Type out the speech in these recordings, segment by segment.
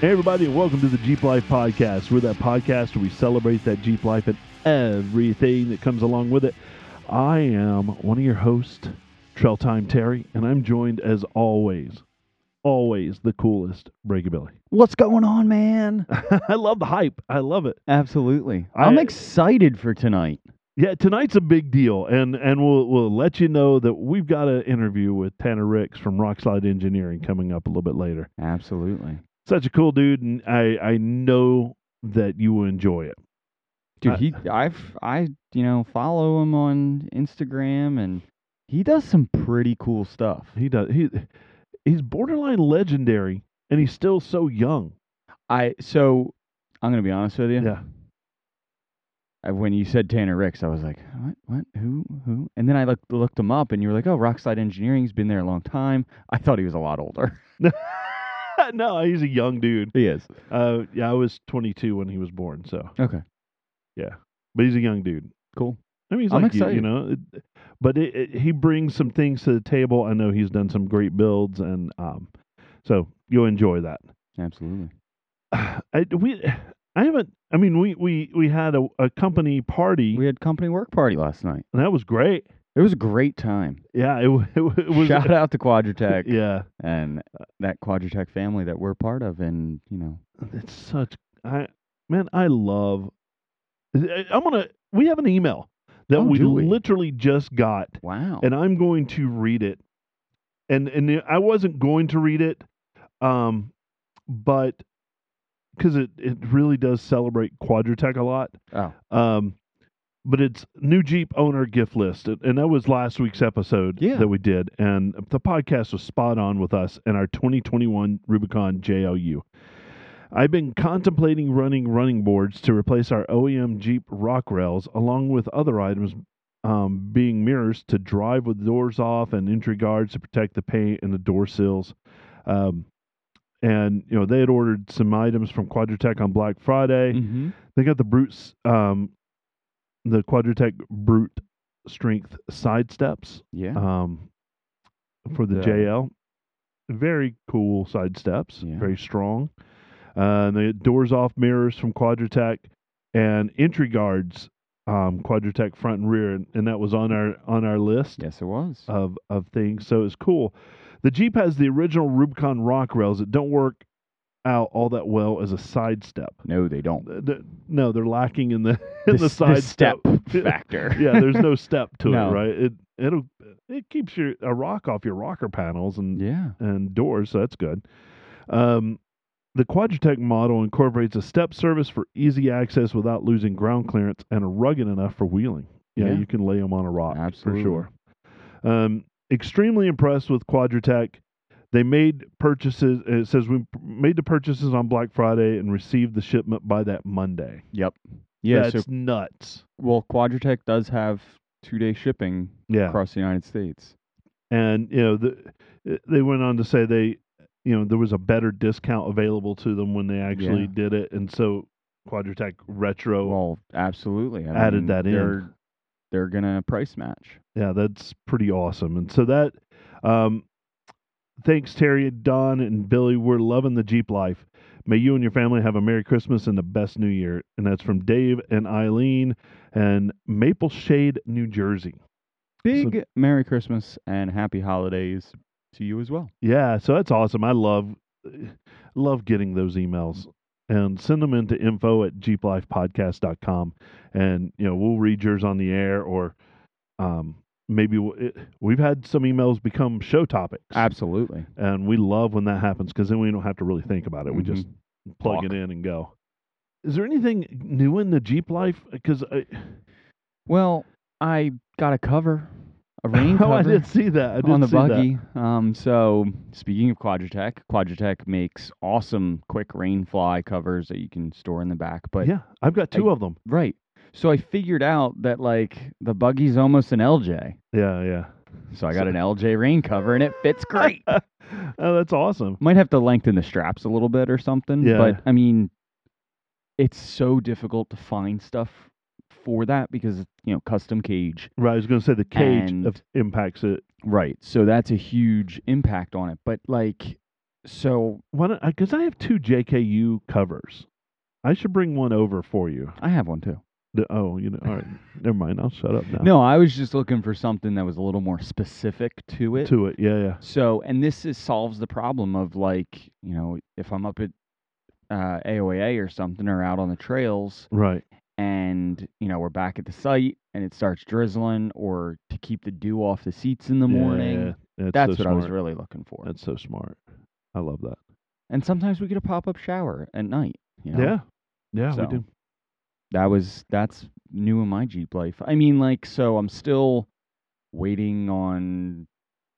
Hey, everybody, and welcome to the Jeep Life Podcast. We're that podcast where we celebrate that Jeep life and everything that comes along with it. I am one of your hosts, Trail Time Terry, and I'm joined as always, always the coolest Breakabilly. What's going on, man? I love the hype. I love it. Absolutely. I'm I- excited for tonight. Yeah, tonight's a big deal, and and we'll we'll let you know that we've got an interview with Tanner Ricks from Rockslide Engineering coming up a little bit later. Absolutely. such a cool dude, and I I know that you will enjoy it. I- Dude, he I've I you know, follow him on Instagram and he does some pretty cool stuff. He does. He he's borderline legendary, and he's still so young. I so I'm gonna be honest with you. Yeah. I- When you said Tanner Ricks, I was like, what, what, who, who? And then I looked looked him up, and you were like, oh, Rockside Engineering's been there a long time. I thought he was a lot older. no, he's a young dude. He is. Uh, yeah, I was 22 when he was born, so Okay. yeah, but he's a young dude. Cool. I mean, he's I'm like you, you excited. know. It- but it, it, he brings some things to the table. I know he's done some great builds, and um, so you'll enjoy that. Absolutely. I we I haven't. I mean, we we we had a, a company party, We had company work party last night. and that was great. It was a great time. Yeah, it, w- it, w- it was. Shout out to Quadratech. Yeah, and uh, that Quadratech family that we're part of, and you know, it's such. I man, I love. eh, I'm gonna. We have an email that Oh, we do we? literally just got, wow, and I'm going to read it. And and I wasn't going to read it, um, but because it it really does celebrate Quadratech a lot. oh, Um, but it's new Jeep owner gift list, and and that was last week's episode Yeah. that we did, and the podcast was spot on with us and our 2021 Rubicon JLU. I've been contemplating running running boards to replace our OEM Jeep rock rails, along with other items um, being mirrors to drive with doors off and entry guards to protect the paint and the door sills. Um, and you know they had ordered some items from Quadratech on Black Friday. mm-hmm. They got the Brutes, um, the Quadratech Brute Strength side steps yeah, um, for the The- JL. Very cool side steps, Yeah. very strong. Uh, the doors off mirrors from Quadratech and entry guards, um, Quadratech front and rear, and, and that was on our on our list yes, it was. of of things. So it's cool. The Jeep has the original Rubicon rock rails that don't work out all that well as a side step no, they don't. th- th- no, they're lacking in the in the, s- side step Yeah. factor. yeah, there's no step to No. it, right? It it'll it keeps your a rock off your rocker panels and yeah, and doors, so that's good. Um, the Quadratech model incorporates a step service for easy access without losing ground clearance and are rugged enough for wheeling. Yeah, Yeah. you can lay them on a rock Absolutely. for sure. Um, extremely impressed with Quadratech. They made purchases. It says we made the purchases on Black Friday and received the shipment by that Monday. yep, yeah. That's So, nuts. well, Quadratech does have two-day shipping Yeah. across the United States. and you know the, eh, they went on to say they you know there was a better discount available to them when they actually Yeah. did it and so Quadratech retro Well, absolutely. I added mean, that in. They're, they're gonna price match. yeah that's pretty awesome and so that um thanks Terry Don and Billy we're loving the Jeep life may you and your family have a merry christmas and the best new year and that's from Dave and Eileen and Maple Shade New Jersey Big Merry Christmas and Happy Holidays to you as well. Yeah, so that's awesome. I love love getting those emails and send them into info at jeeplifepodcast.com and you know we'll read yours on the air or um, maybe w- it, we've had some emails become show topics Absolutely. and we love when that happens because then we don't have to really think about it we just plug Mm-hmm. it Talk. in and go is there anything new in the jeep life because I, Well, I got a cover, a rain cover oh, I did see that I did on the see that. buggy. Um, so speaking of Quadratech, Quadratech makes awesome quick rain fly covers that you can store in the back. But yeah i've got two of them right, so I figured out that like the buggy's almost an LJ, yeah yeah so I got So- an LJ rain cover and it fits great. oh that's awesome Might have to lengthen the straps a little bit or something. Yeah. But I mean, it's so difficult to find stuff for that because you know custom cage Right, I was going to say the cage And- of impacts it. Right. So that's a huge impact on it. But like, So Why don't? Because I have two JKU covers. I should bring one over for you. I have one too. The- oh, you know. All right. Never mind. I'll shut up now. No, I was just looking for something that was a little more specific to it. To it. Yeah. Yeah. So, and this is solves the problem of like, you know, if I'm up at uh, AOAA or something or out on the trails Right. and, you know, we're back at the site and it starts drizzling or to keep the dew off the seats in the morning. Yeah, That's so what I was smart. really looking for. That's so smart. I love that. and sometimes we get a pop up shower at night. You know? Yeah. Yeah. So. We do. that was that's new in my Jeep life. I mean, like, so I'm still waiting on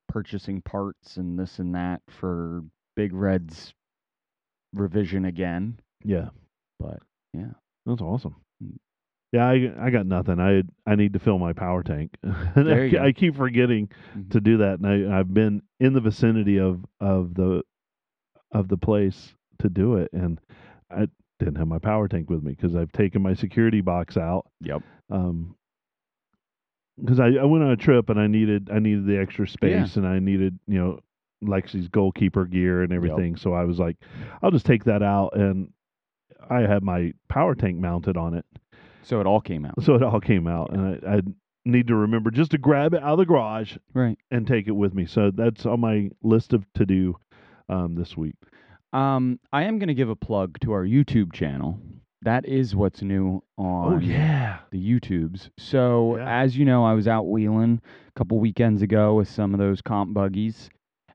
purchasing parts and this and that for Big Red's revision again. Yeah. But That's awesome. Mm. Yeah, I I got nothing. I I need to fill my power tank. and There I, you ke- go. I keep forgetting Mhm. to do that, and I I've been in the vicinity of of the of the place to do it, and I didn't have my power tank with me because I've taken my security box out. Yep. Um. Because I, I went on a trip and I needed I needed the extra Yeah. space and I needed you know Lexi's goalkeeper gear and everything, so I was like, I'll just take that out and I had my power tank mounted on it, so it all came out so it all came out, and I, I need to remember just to grab it out of the garage right. and take it with me. So that's on my list of to do um, this week. Um, I am gonna give a plug to our YouTube channel. That is what's new on yeah, the YouTubes. So Yeah. as you know, I was out wheeling a couple weekends ago with some of those comp buggies,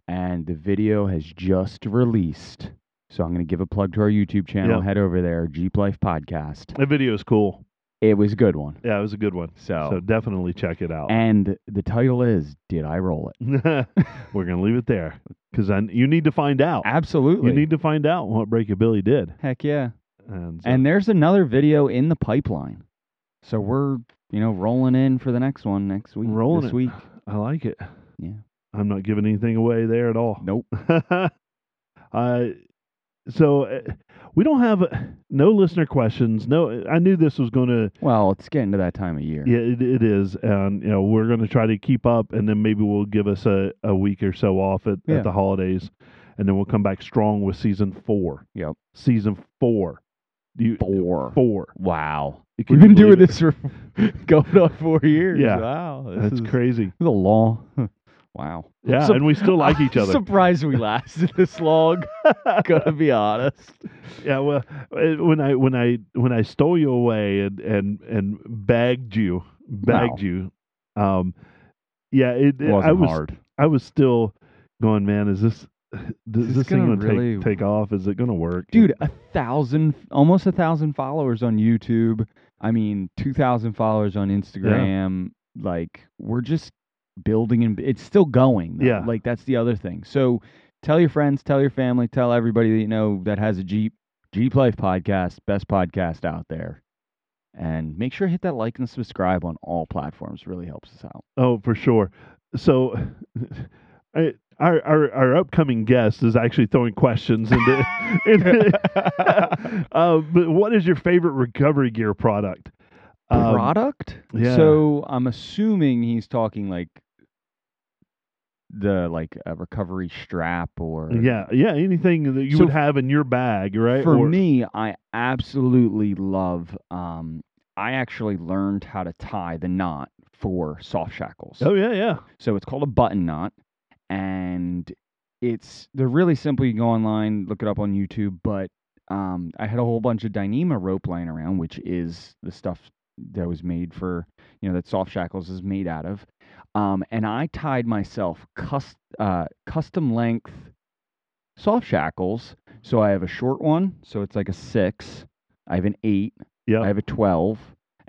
and the video has just released. So I'm going to give a plug to our YouTube channel. Yeah. Head over there, Jeep Life Podcast. that video is cool. It was a good one. Yeah, it was a good one. So, So definitely check it out. and the title is "Did I Roll It?" We're gonna leave it there because you need to find out. Absolutely. You need to find out what Breakabilly did. Heck yeah! And, so- And there's another video in the pipeline. So we're you know rolling in for the next one next week. Rolling this it. week. I like it. Yeah. I'm not giving anything away there at all. Nope. uh, so uh, we don't have uh, no listener questions. No, I knew this was going to. Well, it's getting to that time of year. Yeah, it, it is, and you know we're going to try to keep up, and then maybe we'll give us a, a week or so off at, Yeah. at the holidays, and then we'll come back strong with season four. Yep. Season four. You, Four. four. Wow. Can We've you been doing believe it? this for going on four years. Yeah. Wow. This That's is, crazy. This is a long. wow. Yeah, Sup- and we still like each other. Surprised we lasted this long. Gotta be honest. Yeah, well, uh, when I when I when I stole you away and and and bagged you, bagged you, um, yeah, it, it- I was hard. I was still going, man. Is this does this this thing gonna gonna really- take take off? Is it gonna work, Dude, a thousand, almost a thousand followers on YouTube. I mean, two thousand followers on Instagram. Like, we're just building and it's still going. though. Yeah. Like that's the other thing. So, tell your friends, tell your family, tell everybody that you know that has a Jeep. Jeep Life Podcast, best podcast out there. And make sure to hit that like and subscribe on all platforms. Really helps us out. Oh, for sure. So, I, our our our upcoming guest is actually throwing questions into. into uh, but what is your favorite recovery gear product? Um, Product? yeah. So I'm assuming he's talking like the like a recovery strap or Yeah, yeah. Anything that you So would have in your bag, right? For Or- me, I absolutely love. Um, I actually learned how to tie the knot for soft shackles. Oh yeah, yeah. So it's called a button knot, and it's they're really simple. You can go online, look it up on YouTube. But um, I had a whole bunch of Dyneema rope lying around, which is the stuff that was made for you know that soft shackles is made out of. Um, and I tied myself cust- uh, custom length soft shackles. So I have a short one, so it's like a six. I have an eight. Yep. I have a twelve,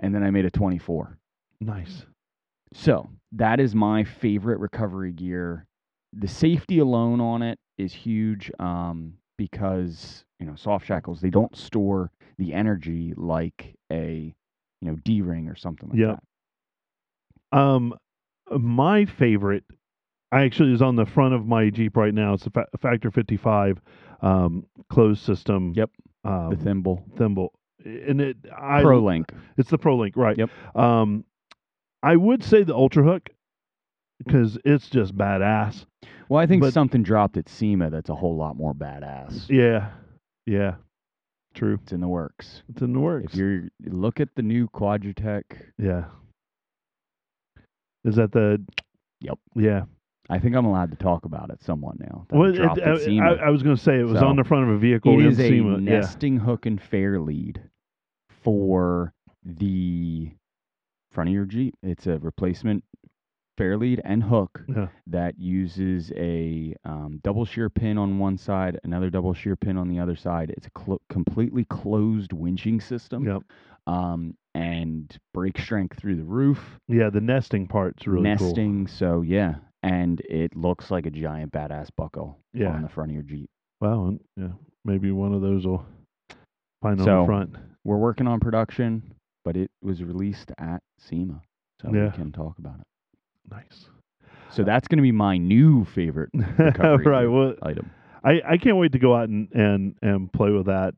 and then I made a twenty-four. Nice. So that is my favorite recovery gear. The safety alone on it is huge um, because you know soft shackles they don't store the energy like a you know D ring or something like Yep. Um, my favorite, I actually is on the front of my Jeep right now. It's a fa- Factor 55, um, closed system. Yep. Um, that. The thimble, thimble, and it I Pro Link. It's the ProLink, right? Yep. Um, I would say the Ultra Hook because it's just badass. Well, I think But- something dropped at SEMA that's a whole lot more badass. Yeah. Yeah. True. It's in the works. It's in the works. If you look at the new Quadratech, Yeah. Is that the? Yep. Yeah. I think I'm allowed to talk about it somewhat now. that it Well, it- dropped at I, SEMA. I- I was going to say it was So, on the front of a vehicle It in is a SEMA. Yeah. nesting hook and fair lead for the front of your Jeep. It's a replacement fair lead and hook Yeah. that uses a um, double shear pin on one side, another double shear pin on the other side. It's a clo- completely closed winching system Yep. um, and brake strength through the roof, Yeah. The nesting part's really cool. nesting. So, yeah. And it looks like a giant badass buckle Yeah. on the front of your Jeep. Wow. and- Yeah. Maybe one of those will find on the So, front. we're working on production, but it was released at SEMA, so Yeah. Uh, we can talk about it. Nice. So that's going to be my new favorite recovery uh, right. Well, item. I, I can't wait to go out and, and, and play with that.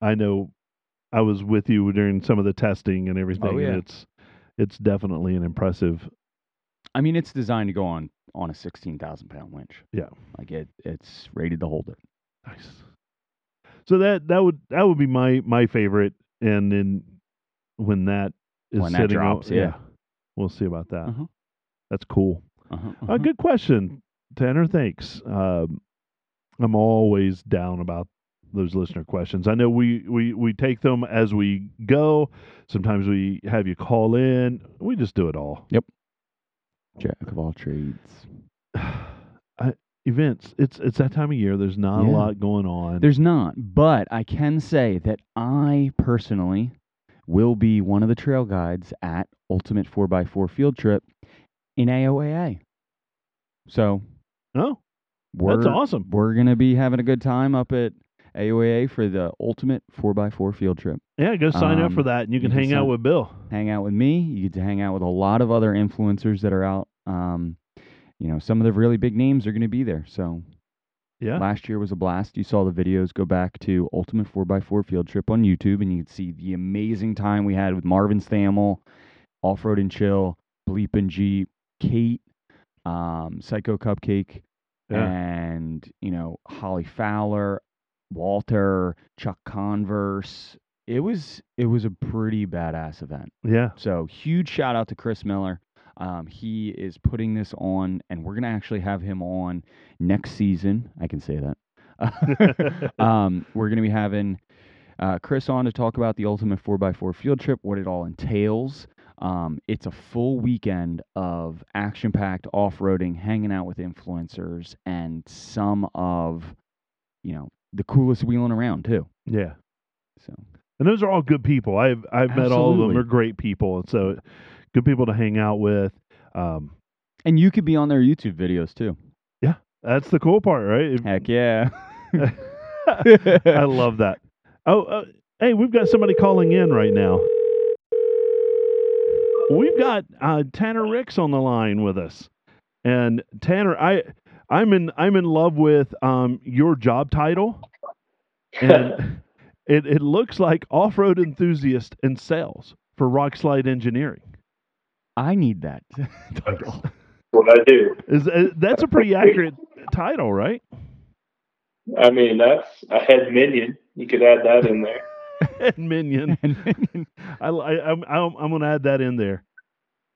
I know I was with you during some of the testing and everything. Oh, yeah. and it's it's definitely an impressive. I mean, it's designed to go on on a sixteen thousand pound winch. Yeah. like it, it's rated to hold it. Nice. So that that would that would be my my favorite, and then when that is When that sitting out- drops, yeah. we'll see about that. Uh-huh. That's cool. Uh-huh, A uh-huh. good question, Tanner. Thanks. Um, I'm always down about those listener questions. I know we, we, we take them as we go. Sometimes we have you call in. We just do it all. Jack of all trades. I, events. It's it's that time of year. There's not a Yeah. lot going on. There's not, but I can say that I personally will be one of the trail guides at Ultimate 4x4 Field Trip in AOAA. So no. we're Oh, That's awesome. we're gonna be having a good time up at AOAA for the ultimate 4x4 field trip. Yeah, go sign up Um, for that, and you you can can hang out sign- with Bill. Hang out with me. You get to hang out with a lot of other influencers that are out. Um, you know, some of the really big names are gonna be there. So Yeah. last year was a blast. You saw the videos. Go back to ultimate 4x4 field trip on YouTube, and you can see the amazing time we had with Marvin Stammel, Off Road and Chill, Bleep and Jeep, Kate, um, Psycho Cupcake. yeah. and you know Holly Fowler, Walter, Chuck Converse. It was it was a pretty badass event. Yeah. So huge shout out to Chris Miller. Um, he is putting this on, and we're gonna actually have him on next season. I can say that. um, we're gonna be having uh, Chris on to talk about the ultimate 4x4 field trip, what it all entails. Um, it's a full weekend of action-packed off-roading, hanging out with influencers, and some of, you know, the coolest wheeling around too. yeah. So And those are all good people. I've I've met all of them. Absolutely. They're great people, and so good people to hang out with. Um, and you could be on their YouTube videos too. that's the cool part, right? If- Heck yeah. I love that. Oh, uh, hey, we've got somebody calling in right now. We've got uh, Tanner Ricks on the line with us, and Tanner, I, I'm in, I'm in love with um, your job title, and it, it looks like off-road enthusiast and sales for Rock Slide Engineering. I need that title. what I do. Is uh, that's a pretty accurate title, right? I mean, that's a head minion. You could add that in there. Minion. And- I, I, I'm, I'm, I'm going to add that in there.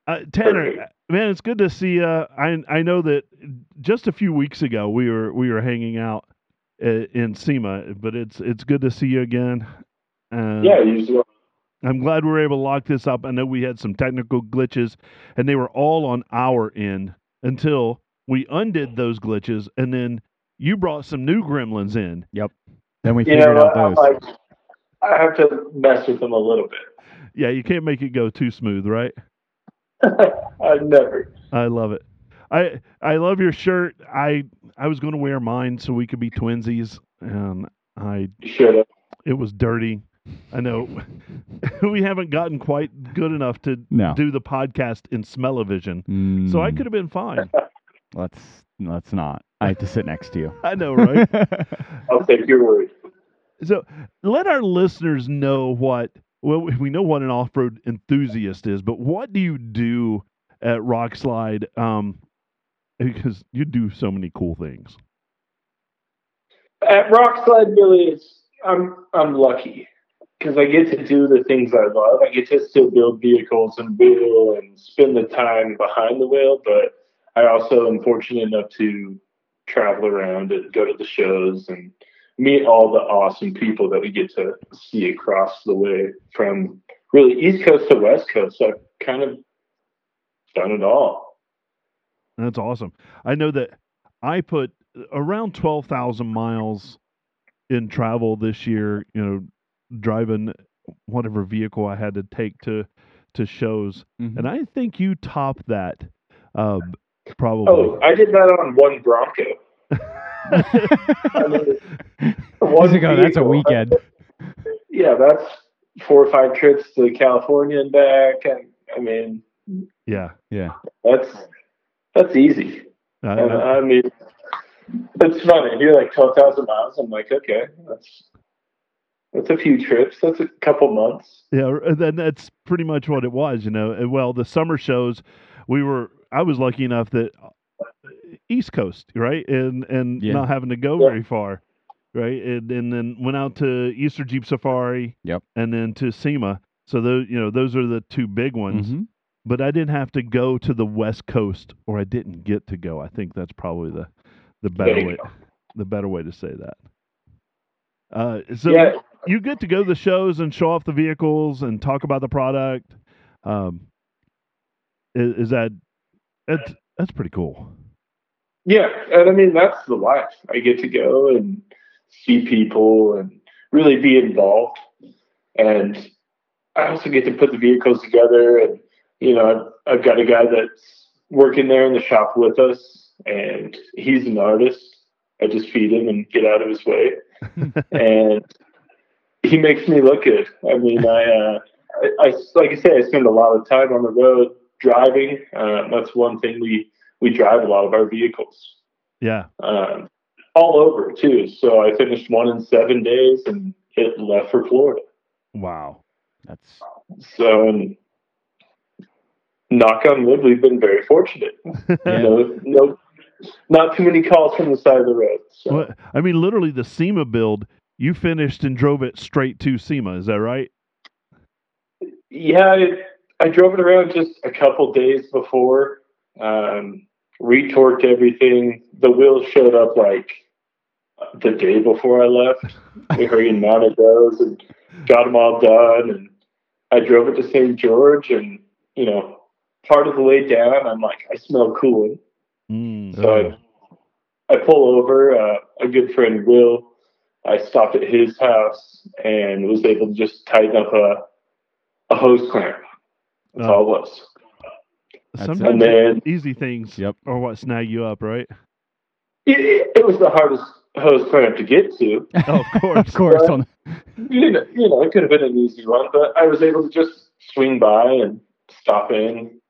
Uh, Tanner, man, it's good to see. Uh, I, I know that just a few weeks ago we were, we were hanging out uh, in SEMA, but it's, it's good to see you again. Mm. Uh, yeah, you just want I'm glad we were able to lock this up. I know we had some technical glitches, and they were all on our end until we undid those glitches, and then you brought some new gremlins in. then we you figured know, out I, I those. like, I have to mess with them a little bit. Yeah, you can't make it go too smooth, right? I never. I love it. I I love your shirt. I I was going to wear mine so we could be twinsies, and I should have. it was dirty. I know we haven't gotten quite good enough to no. do the podcast in smell-o-vision, so I Mm, could have been fine. Let's let's not. I have to sit next to you. I know, right? I'll take your word. so let our listeners know what. Well, we we know what an off-road enthusiast is, but what do you do at Rockslide? Um, because you do so many cool things. At Rock Slide really is I'm I'm lucky because I get to do the things I love. I get to still build vehicles and wheel and spend the time behind the wheel, but I also am fortunate enough to travel around and go to the shows and meet all the awesome people that we get to see across the way from really East Coast to West Coast. So I've kind of done it all. That's awesome. I know that I put uh, around 12,000 miles in travel this year, you know, driving whatever vehicle I had to take to to shows. Mhm. And I think you top that um probably. Oh, I did that on one Bronco. I mean, one He's like, "Oh, that's a vehicle. weekend. Yeah, that's four or five trips to California and back. And I mean, yeah. Yeah. that's that's easy. I- And, I- I mean, it's funny. You're like twelve thousand miles. I'm like, okay, that's that's a few trips. That's a couple months. Yeah, and then that's pretty much what it was, you know. And, Well, the summer shows, we were. I was lucky enough that uh, East Coast, right, and and Yeah. not having to go Yeah. very far, right, and, and then went out to Easter Jeep Safari. Yep. And then to SEMA. So those, you know, those are the two big ones. Mhm. But I didn't have to go to the West Coast, or I didn't get to go. I think that's probably the the There better you way go. the better way to say that. Uh, so yeah, you get to go to the shows and show off the vehicles and talk about the product. Um, i- is, that that's that's pretty cool? Yeah, and I mean that's the life. I get to go and see people and really be involved, and I also get to put the vehicles together. And you know, I've, I've got a guy that's working there in the shop with us, and he's an artist. I just feed him and get out of his way, and he makes me look good. I mean, I, uh, I, I like I said, I spend a lot of time on the road driving. Uh, that's one thing we we drive a lot of our vehicles Yeah, um, all over too. So I finished one in seven days and it left for Florida. wow. That's So and knock on wood, we've been very fortunate. Yeah. No, no, not too many calls from the side of the road. So Well, I mean, literally the SEMA build. You finished and drove it straight to SEMA. Is that right? yeah, I, I drove it around just a couple days before. Um, retorqued everything. The wheels showed up like the day before I left. We hurried and mounted those and got them all done. And I drove it to St. George, and you know, part of the way down, I'm like, I smell coolant. Mm, So uh, I, I pull over. Uh, a good friend, Will, I stopped at his house and was able to just tighten up a, a hose clamp. That's Oh. all it was. That's sometimes And then easy things Yep. are what snag you up, right? it, it, it was the hardest hose clamp to get to. Oh, of course. of course. But- On You know, you know, it could have been an easy one, but I was able to just swing by and stop in.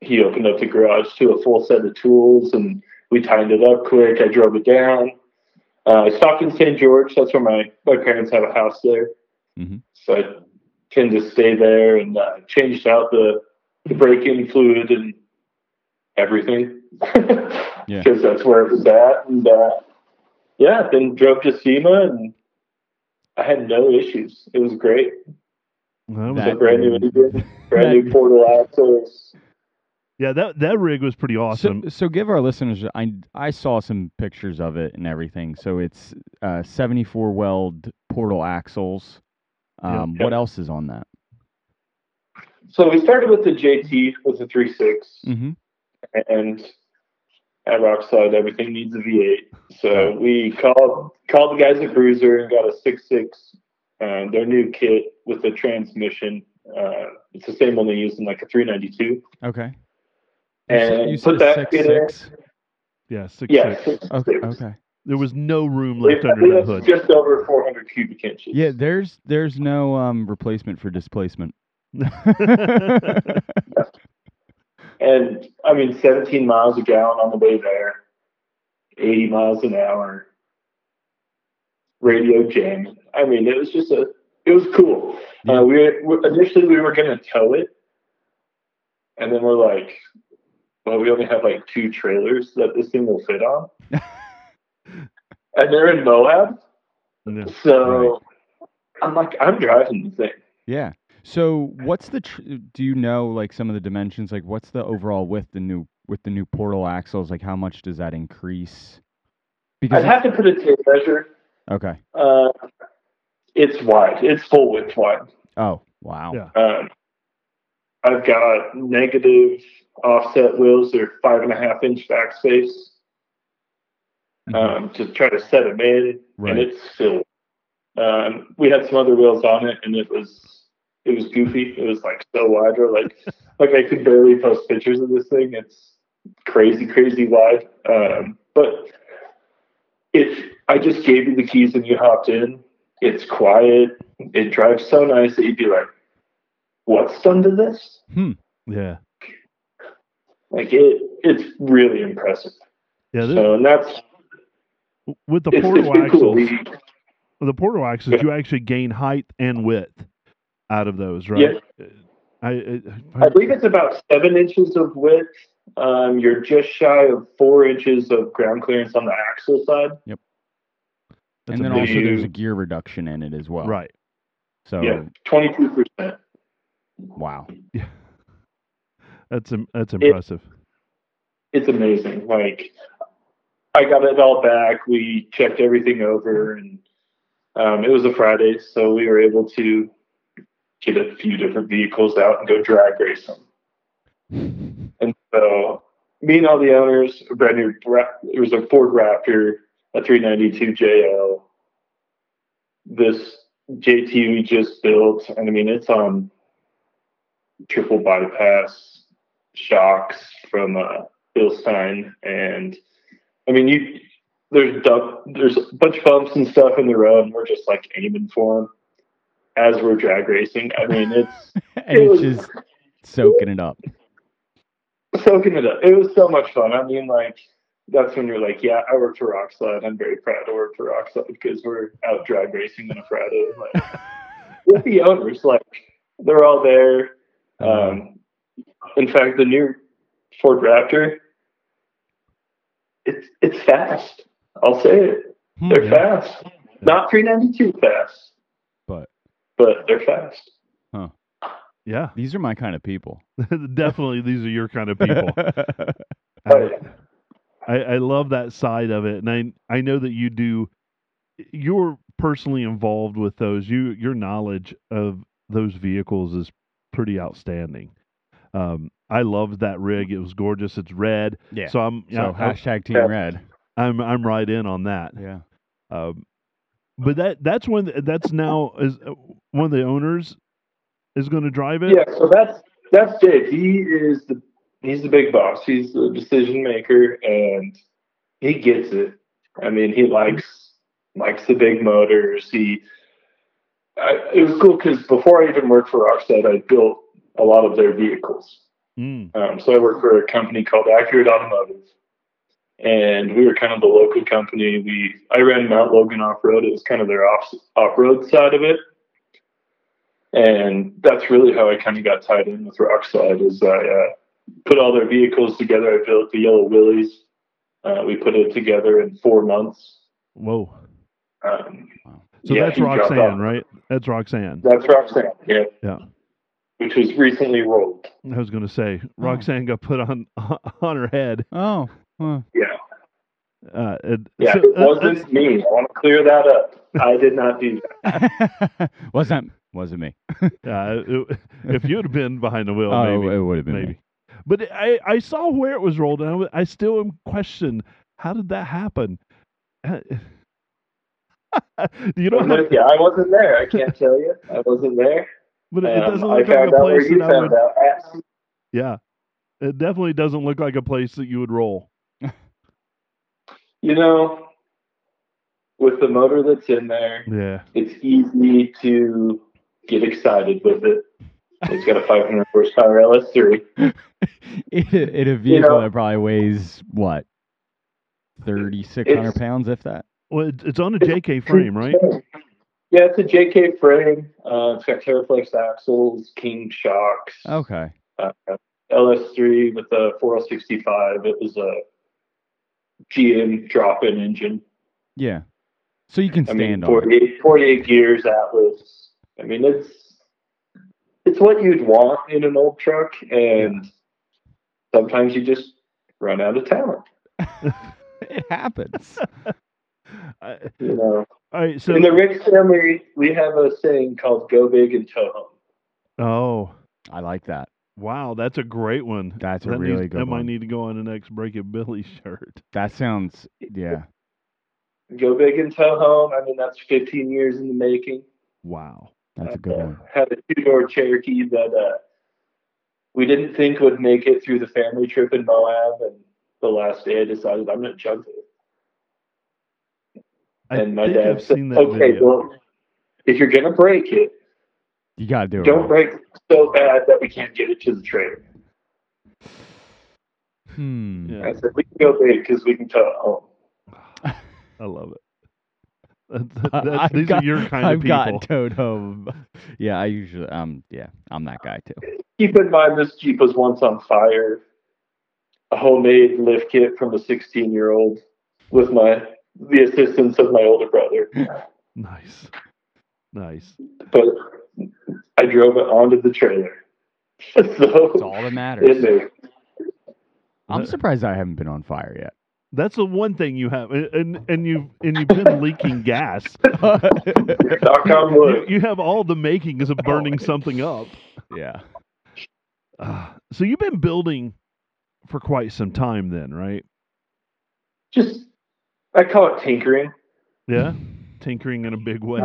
He opened up the garage to a full set of tools, and we tightened it up quick. I drove it down. Uh, I stopped in St. George. That's where my, my parents have a house there. Mhm. So I tend to stay there and uh, changed out the, the brake in fluid and everything. Yeah. Because that's where it was at. And uh, yeah, then drove to SEMA and I had no issues. It was great. That was- It's a brand new engine, brand new that- portal axles. yeah, that that rig was pretty awesome. So, so give our listeners. I I saw some pictures of it and everything. So it's uh, 74 weld portal axles. Yeah. Um, Yeah. What else is on that? So we started with the JT with the 3.6, Mm. Mm-hmm. and at Rockslide, everything needs a V8. So we called called the guys at Bruiser and got a 6.6, uh, their new kit with the transmission. Uh, it's the same one they use in like a 392. Okay. You s- And you said put that six, in there. six? yeah, six, Yeah, six. 6.6. Okay. okay. There was no room It- left under that it's hood. just over 400 cubic inches. Yeah. There's there's no um, replacement for displacement. And I mean, 17 miles a gallon on the way there, 80 miles an hour, radio jam. I mean, it was just a, it was cool. Yeah. Uh, we, were, we initially we were gonna tow it, and then we're like, but we only have like two trailers that this thing will fit on. and they're in Moab. Yeah. So I'm like, I'm driving the thing. Yeah. So what's the tr- uh, do you know like some of the dimensions like what's the overall with the new with the new portal axles like how much does that increase? Because I'd have to put it to a measure. okay. Uh, it's wide. It's full width wide. Oh, wow. Yeah. Um, I've got negative offset wheels. They're five and a half inch backspace Uh, Mhm. um, to try to set them in, Right. and it's filled. Um, we had some other wheels on it, and it was it was goofy. It was like so wide, or like like I could barely post pictures of this thing. It's crazy, crazy wide. Um, but if I just gave you the keys and you hopped in, it's quiet. It drives so nice that you'd be like, "What's done to this?" Yeah. Like it, it's really impressive. Yeah. this- so, and that's with the it's, portal it's been cool. axles, We- with the portal axles, Yeah. you actually gain height and width out of those, right? I, I, I believe it's about seven inches of width. Um, you're just shy of four inches of ground clearance on the axle side. that's and then amazing. also there's a amazing. gear reduction in it as well. right. So Yeah, twenty-two percent. wow. That's im- that's impressive. It's amazing. Like I got it all back. We checked everything over, and um, it was a Friday, so we were able to get a few different vehicles out and go drag race them. And so me and all the owners, a brand new, Ra- it was a Ford Raptor, a 392 JL, this JT we just built. And I mean, it's on triple bypass shocks from uh, Bill Stein. And I mean, you, there's dump, there's a bunch of bumps and stuff in the road, and we're just like aiming for them as we're drag racing. I mean, it's and it it's was- just soaking it up. soaking it up. It was so much fun. I mean, like that's when you're like, yeah, I work for Rockslide. I'm very proud to work for Rockslide because we're out drag racing on a Friday. Like with the owners, like they're all there. Um, in fact, the new Ford Raptor, it's it's fast. I'll say it. Hmm, They're yeah. fast. Not 392 fast, But but they're fast. Yeah. these are my kind of people. Definitely, these are your kind of people. Oh, I, I, I love that side of it, and I I know that you do. You're personally involved with those. You your knowledge of those vehicles is pretty outstanding. Um, I loved that rig. It was gorgeous. It's red. yeah. So, So I'm yeah, I- hashtag team Yeah. red. I'm I'm right in on that. Yeah. Um, but that that's when that's now is uh, one of the owners is going to drive it. Yeah, so that's that's Dave. He is the he's the big boss. He's the decision maker, and he gets it. I mean, he likes likes the big motors. He I, it was cool because before I even worked for Rockstead, I built a lot of their vehicles. Mm, Um, so I work for a company called Accurate Automotive, and we were kind of the local company. We I ran Mount Logan off road. It was kind of their off off road side of it, and that's really how I kind of got tied in with Rockside. Is I uh, put all their vehicles together. I built the Yellow Willies. Uh, we put it together in four months. whoa! Um, So yeah, that's he dropped Roxanne, off. right? That's Roxanne. That's Roxanne. Yeah. Yeah. Which was recently rolled. I was going to Mm. say Roxanne got put on on her head. Oh. huh. Yeah. Uh, and Yeah. so- it uh, uh, wasn't me. I want to clear that up. I did not do that. wasn't wasn't me. yeah, it- if you had been behind the wheel, oh, maybe, it would have been maybe. me. But I, I saw where it was rolled, and I, w- I still am questioned. How did that happen? Uh, you don't I'm have, with you. I wasn't there. I can't tell you. I wasn't there. but it Um, doesn't I look like found a out where place you that I would. found out. at. Yeah, it definitely doesn't look like a place that you would roll. You know, with the motor that's in there, Yeah, it's easy to get excited with it. It's got a 500 horsepower LS3. In a, in a vehicle know- that probably weighs what? Thirty six hundred It's- pounds, if that. well, it, it's on a JK frame, right? Yeah, it's a JK Oh, frame. Uh, it's got Terraflex axles, King shocks. Okay. Uh, LS3 with a 4065. It was a GM drop-in engine. Yeah. So you can I stand on mean, it. 48, 48 gears Atlas. I mean, it's it's what you'd want in an old truck, and sometimes you just run out of talent. It happens. I, You know, all right. So in the Rick family, we have a saying called "Go big and tow home." oh I like that. wow, that's a great one. That's a That really needs- good That might one. need to go on the next break it Billy shirt. That sounds yeah. Go big and tow home. I mean, that's 15 years in the making. Wow. That's a good Uh, one. Had a two door Cherokee that uh, we didn't think would make it through the family trip in Moab, and the last day I decided I'm going to jump it. I and my think dad I've said, seen that "Okay, video. well, if you're going to break it, You gotta do it. don't right. break it so bad that we can't get it to the trailer." Hmm. Yeah. I said, "We can go big because we can tow it home." I love it. That's, I- that's, I've these got- are your kind I've of gotten people. towed home. Yeah, I usually um yeah, I'm that guy too. Keep in mind, this Jeep was once on fire. A homemade lift kit from a 16 year old with my the assistance of my older brother. Nice. Nice. But I drove it onto the trailer. It's so all that it matters. made I'm surprised I haven't been on fire yet. That's the one thing you have, and and, and you've and you've been leaking gas. knock on You, wood. you have all the makings Oh, of burning something up. yeah. Ah, so you've been building for quite some time, then, right? Just I call it tinkering. Yeah, tinkering in a big way.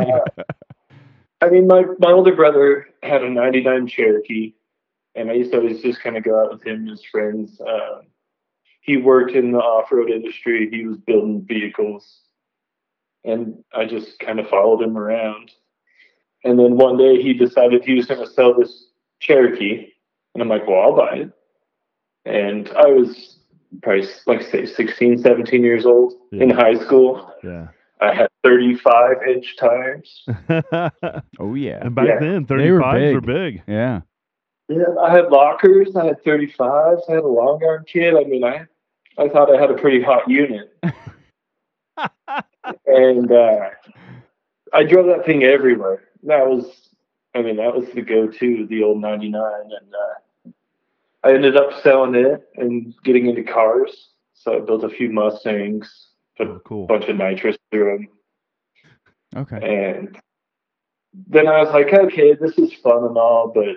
I mean, my, my older brother had a 99 Cherokee, and I used to always just kind of go out with him and his friends. Um, he worked in the off road industry, he was building vehicles, and I just kind of followed him around. And then one day he decided he was going to sell this Cherokee, and I'm like, well, I'll buy it. And I was probably, like, say, 16, 17 years old in Yeah. high school. yeah. I had 35 inch tires. Oh yeah. and back Yeah. then, They were 35s were big. Yeah. Yeah, I had lockers. I had 35s. I had a long arm kit. I mean, I I thought I had a pretty hot unit. and uh, I drove that thing everywhere. That was, I mean, that was the go-to, the old 99. And uh, I ended up selling it and getting into cars. So I built a few Mustangs, put Oh, a cool. bunch of nitrous through them, Okay. and then I was like, okay, this is fun and all, but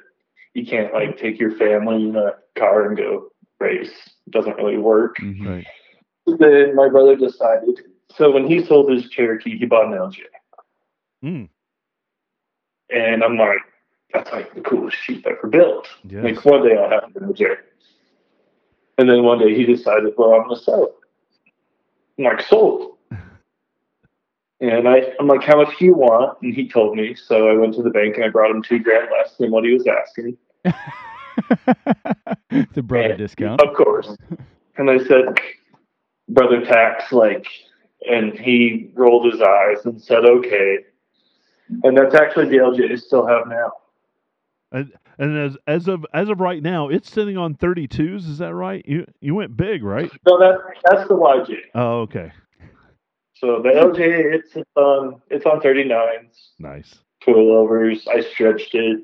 you can't like take your family in a car and go race. It doesn't really work. Mhm. Right. Then my brother decided. So when he sold his Cherokee, he bought an LJ. Mm, And I'm like, that's like the coolest Jeep ever built. yes. Like one day I'll have an LJ. And then one day he decided, well, I'm gonna sell it. I'm like, sold. And I, I'm like, how much do you want? And he told me. So I went to the bank and I brought him two grand less than what he was asking. it's a brother And- discount. Of course. And I said, brother tax, like, and he rolled his eyes and said, okay. And that's actually the LJ I still have now. and as as of as of right now, it's sitting on 32s. Is that right? You you went big, right? No, that, that's the YJ. Oh, okay. So the LJ, it's on, it's on 39s, Nice. coilovers. I stretched it.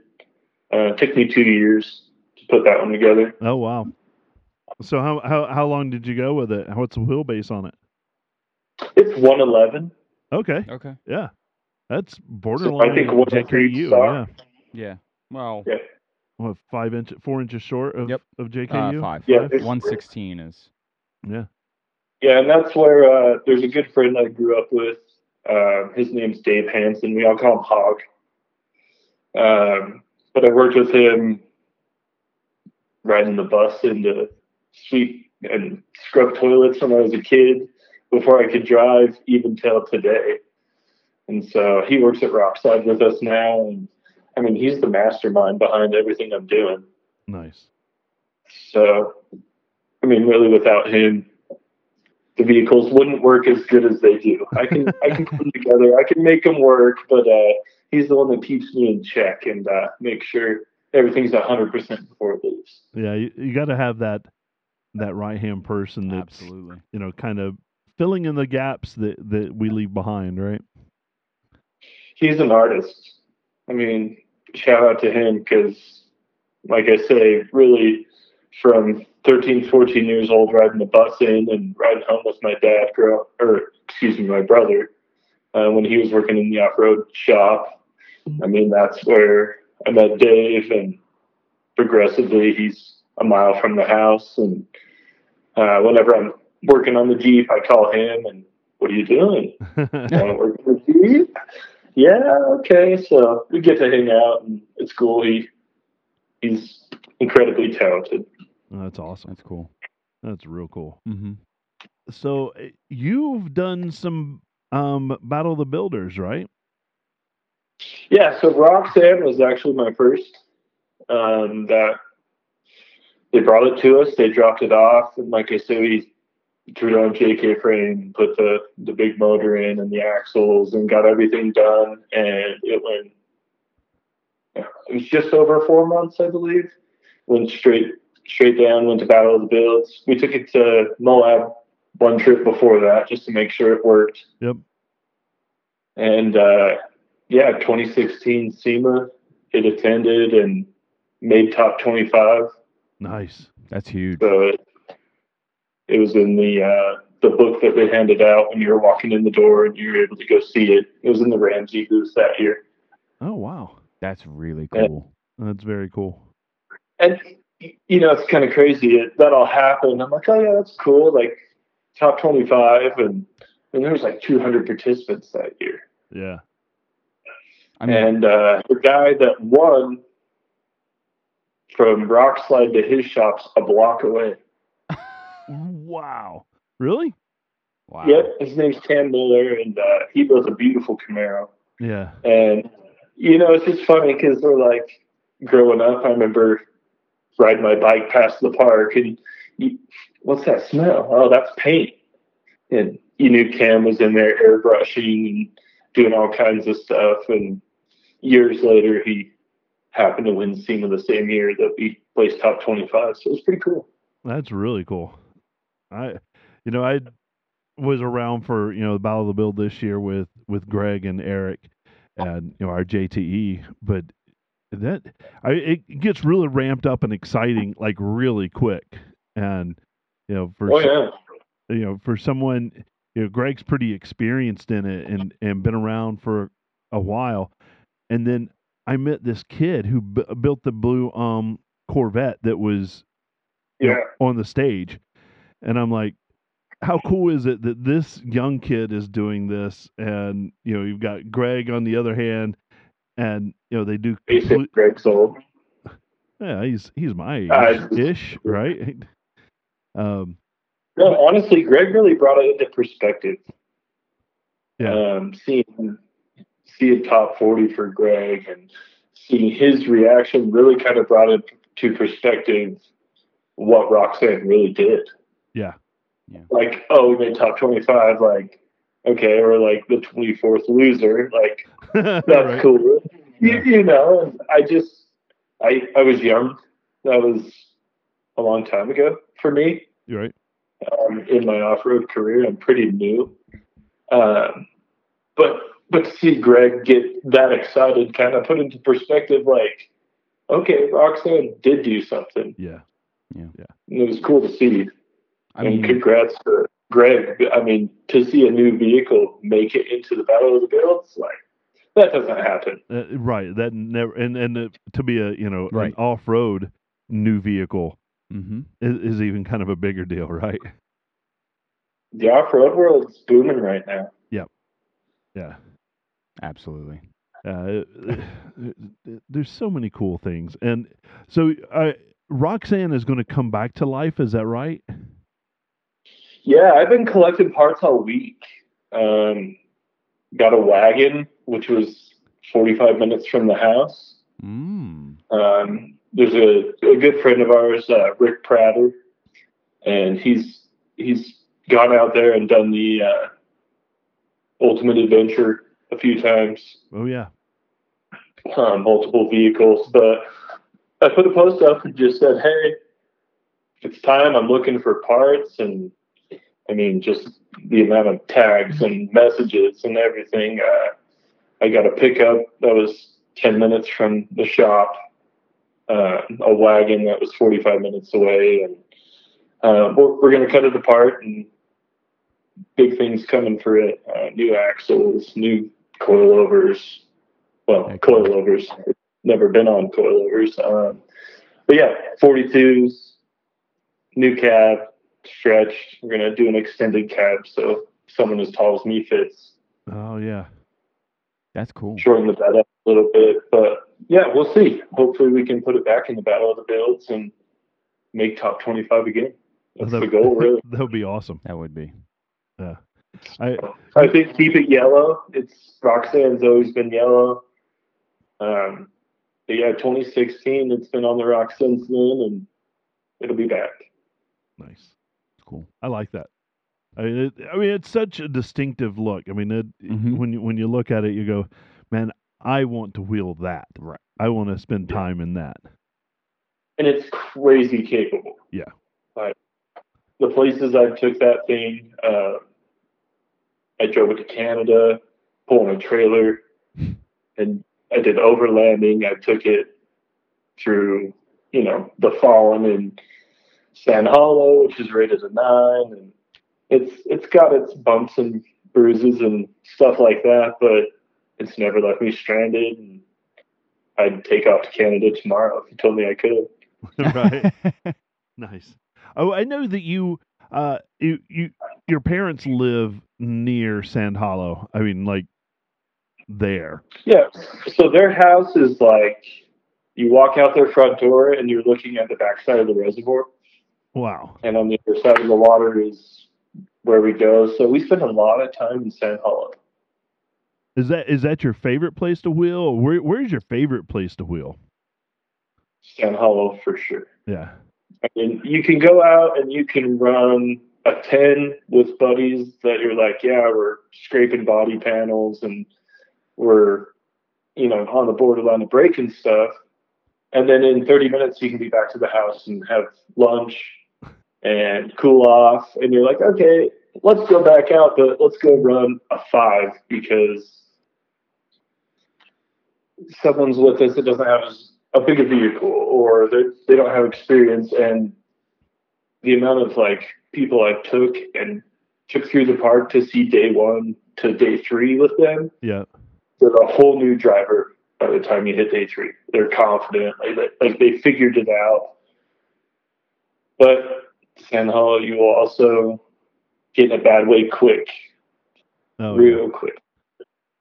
Uh, it took me two years to put that one together. Oh, wow. So how how how long did you go with it? What's the wheelbase on it? It's 111. Okay. Okay. Yeah. That's So borderline I think one of three JKU. Yeah. stock. Yeah. Well, Yeah. What five inches, four inches short of Yep. of uh, JKU? five. Yeah, it's- One sixteen is. Yeah. Yeah, and that's where uh, there's a good friend I grew up with. Um, his name's Dave Hansen. We all call him Hog. Um, but I worked with him riding the bus into sweep and scrub toilets when I was a kid before I could drive, even till today. And so he works at Rockside with us now. And I mean, he's the mastermind behind everything I'm doing. Nice. So, I mean, really, without him, the vehicles wouldn't work as good as they do. I can I can put them together. I can make them work, but uh, he's the one that keeps me in check and uh, make sure everything's hundred percent before it leaves. Yeah, you, you got to have that that right hand person that's Absolutely. you know kind of filling in the gaps that that we leave behind, right? He's an artist. I mean, shout out to him because, like I say, really from 13, 14 years old, riding the bus in and riding home with my dad, girl, or excuse me, my brother, uh, when he was working in the off road shop. I mean, that's where I met Dave, and progressively he's a mile from the house. And uh, whenever I'm working on the Jeep, I call him and, What are you doing? want to work with you? Yeah, okay. So we get to hang out, and it's cool. He he's incredibly talented. Oh, that's awesome. That's cool. That's real cool. Mm-hmm. So eh, you've done some um Battle of the Builders, right? Yeah. So Roxanne was actually my first. Um, that they brought it to us. They dropped it off, and like I said, we drew down JK frame, put the the big motor in, and the axles, and got everything done. And it went. It was just over four months, I believe. Went straight straight down. Went to Battle of the Builds. We took it to Moab one trip before that, just to make sure it worked. Yep. And uh, yeah, 2016 SEMA, it attended and made top 25. Nice. That's huge. So it, it was in the uh, the book that they handed out when you were walking in the door and you were able to go see it. It was in the Ramsey booth that year. Oh wow, That's really Yeah. cool. that's very cool. And y- you know, it's kind of crazy. It, that all happened. I'm like, oh yeah, that's cool. Like top 25, and and there was like 200 participants that year. Yeah. I mean, and uh, the guy that won from rock slide to his shop's a block away. Wow. Really? wow. Yep, his name's Cam Miller, and uh, he built a beautiful Camaro. Yeah. And you know, it's just funny because we're like growing up. I remember riding my bike past the park, and you, what's that smell? Oh, that's paint. And you knew Cam was in there airbrushing and doing all kinds of stuff. And years later, he happened to win SEMA the same year that we placed top twenty-five. So it was pretty cool. That's really cool. I, you know, I was around for you know the Battle of the Build this year with with Greg and Eric, and you know our JTE, but that I it gets really ramped up and exciting like really quick, and you know for Oh s- yeah. you know for someone you know Greg's pretty experienced in it and and been around for a while, and then I met this kid who b- built the blue um Corvette that was you know, Yeah. on the stage. And I'm like, how cool is it that this young kid is doing this? And, you know, you've got Greg on the other hand, and, you know, they do. Basic complete- Greg's old. yeah, he's he's my Uh, age ish, right? Um, No, honestly, Greg really brought it into perspective. Yeah. Um, seeing seeing top forty for Greg and seeing his reaction really kind of brought it to perspective what Roxanne really did. yeah, Like, oh, we made top twenty five. Like, okay, we're like the twenty fourth loser. Like, that's Right. cool. Yeah. You, you know, and I just I I was young. That was a long time ago for me You're right. um, in my off-road career. I'm pretty new, um, but but to see Greg get that excited kind of put into perspective, like, okay, Roxanne did do something. Yeah, And it was cool to see. I and mean, congrats to Greg. I mean, to see a new vehicle make it into the Battle of the Builds, like that doesn't happen. Uh, right. That never and and uh, to be a you know Right. an off-road new vehicle hmm is, is even kind of a bigger deal, right? The off-road world's booming right now. Yeah. absolutely. Uh, there's so many cool things, and so uh, Roxanne is going to come back to life. Is that right? Yeah, I've been collecting parts all week. Um, got a wagon, which was 45 minutes from the house. Mm. Um, there's a, a good friend of ours, uh, Rick Prater, and he's he's gone out there and done the uh, Ultimate Adventure a few times, Oh yeah, uh, multiple vehicles. um, But I put a post up and just said, "Hey, it's time. I'm looking for parts." And I mean, just the amount of tags and messages and everything. Uh, I got a pickup that was 10 minutes from the shop, uh, a wagon that was 45 minutes away, and uh, we're, we're going to cut it apart. And big things coming for it: uh, new axles, new coilovers. Well, Okay. coilovers. Never been on coilovers. Um, but yeah, 42s, new cab, stretched. We're gonna do an extended cab, so someone as tall as me fits. Oh yeah. That's cool. Shorten the bed up a little bit, but yeah, we'll see. Hopefully, we can put it back in the battle of the builds and make top twenty-five again. That's the goal, really. That would be awesome. That would be. I I think keep it yellow. It's Roxanne's always been yellow. Um, but yeah, 2016. It's been on the rock since then, and it'll be back. nice. It's cool. I like that. I mean, it, I mean, it's such a distinctive look. I mean, it, Mm-hmm. Mhm. when you when you look at it, you go, "Man, I want to wheel that. Right. I want to spend time in that." and it's crazy capable. Yeah. Like the places I took that thing, uh, I drove it to Canada, pulling a trailer, and I did overlanding. I took it through, you know, the Fallen and San Hollow, which is rated a nine, and it's it's got its bumps and bruises and stuff like that, but it's never left me stranded. And I'd take off to Canada tomorrow if you told me I could. right. Nice. Oh, I know that you, uh, you, you, your parents live near Sand Hollow. I mean, like there. Yeah. So their house is like you walk out their front door and you're looking at the backside of the reservoir, Wow. and on the other side of the water is where we go. So we spend a lot of time in San Hollow. Is that is that your favorite place to wheel? Where where's your favorite place to wheel? San Hollow for sure. Yeah. I mean, you can go out and you can run a 10 with buddies that you're like, yeah, we're scraping body panels and we're, you know, on the borderline of breaking stuff. And then in 30 minutes, you can be back to the house and have lunch and cool off. And you're like, okay, let's go back out, but let's go run a five because someone's with us that doesn't have as a big a vehicle or they they don't have experience and the amount of like people I took and took through the park to see day one to day three with them, Yeah. they're a whole new driver by the time you hit day three. They're confident, like they- like they figured it out. But San Hollow, you will also get in a bad way quick, Oh, yeah. real quick.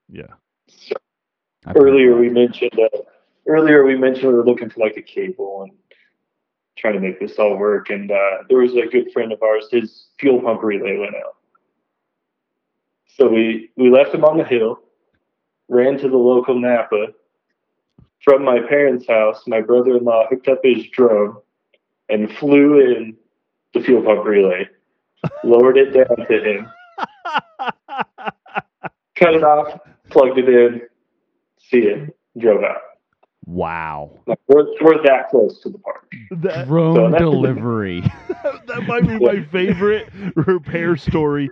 yeah. So I've heard earlier that. we mentioned uh, earlier we mentioned we were looking for like a cable and trying to make this all work and uh, there was a good friend of ours his fuel pump relay went out so we we left him on the hill ran to the local napa from my parents house my brother-in-law hooked up his drone and flew in the fuel pump relay lowered it down to him cut it off plugged it in see it drove out Wow. Like, we're, we're that close to the park. that, Drone that's- delivery. that might be my favorite repair story,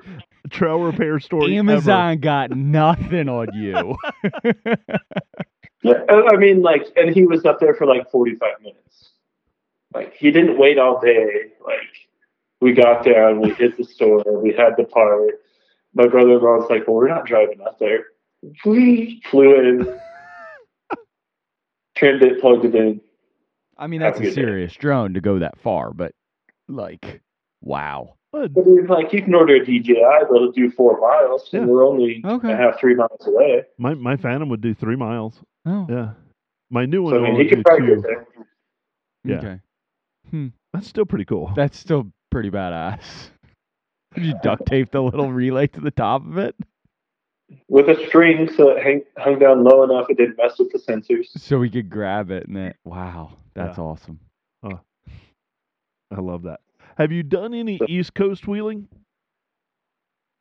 trail repair story. ever. Amazon got nothing on you. Yeah, I I mean, like, and he was up there for like 45 minutes. Like, he didn't wait all day. Like, we got there and we hit the store. We had the part. My brother in law was like, well, we're not driving up there. We flew in, trimmed it, plugged it in. I mean, that's Have a a good day. serious drone to go that far, but like, wow. Good. But he's like, you can order a DJI that'll do four miles, and Yeah. we're only Okay. a half, three miles away. My my Phantom would do three miles. Oh, Yeah. My new one So, I mean, will he could do probably two. get there. yeah. okay. That's still pretty cool. That's still pretty badass. Did you duct tape the little relay to the top of it With a string so it hang, hung down low enough it didn't mess with the sensors. so we could grab it? And it, wow, that's Yeah. awesome. I love that. Have you done any East Coast wheeling?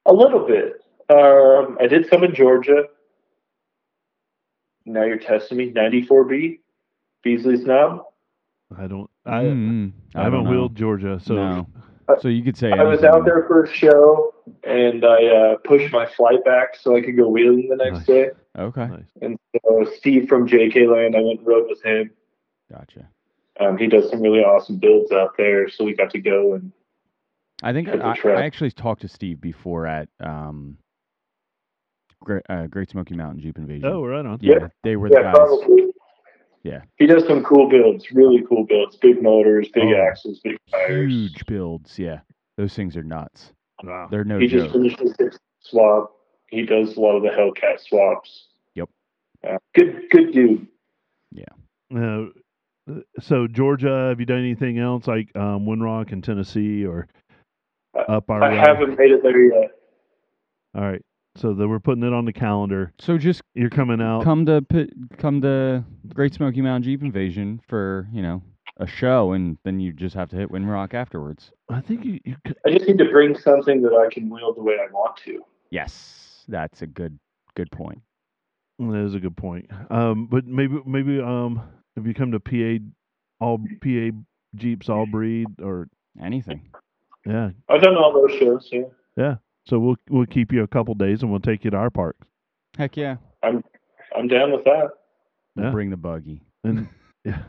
A little bit. Um, I did some in Georgia. Now you're testing me. 94B, Beasley's Knob. I don't. I Mm, I haven't don't know. wheeled Georgia, so No. So you could say I was anything. out there for a show, and I uh, pushed my flight back so I could go wheeling the next Nice. day. Okay, nice. And so Steve from JK Land, I went and rode with him. gotcha. Um, he does some really awesome builds out there, so we got to go and I think Hit the I, trail. I actually talked to Steve before at um, Great, uh, Great Smoky Mountain Jeep Invasion. Oh, right on. yeah, yeah. they were the yeah, guys. probably. Yeah. He does some cool builds, really cool builds, big motors, big Oh, axles, big tires. Huge builds, yeah. Those things are nuts. Wow. They're no he just joke. finished his sixth swab. He does a lot of the Hellcat swaps. Yep. Uh, good, good dude. Uh, so Georgia, have you done anything else like um, Windrock and Tennessee or up our? Uh, I haven't made it there yet. All right. So that we're putting it on the calendar. So just You're coming out. come to Pit- come to Great Smoky Mountain Jeep Invasion for you know a show, and then you just have to hit Windrock afterwards. I think you. you c- I just need to bring something that I can wield the way I want to. Yes, that's a good good point. that is a good point. Um, but maybe maybe um, if you come to PA, all PA Jeeps all breed or Anything. yeah. I've done all those shows. Yeah. So we'll we'll keep you a couple days and we'll take you to our parks. Heck yeah. I'm down with that. We'll Yeah. Bring the buggy. And yeah,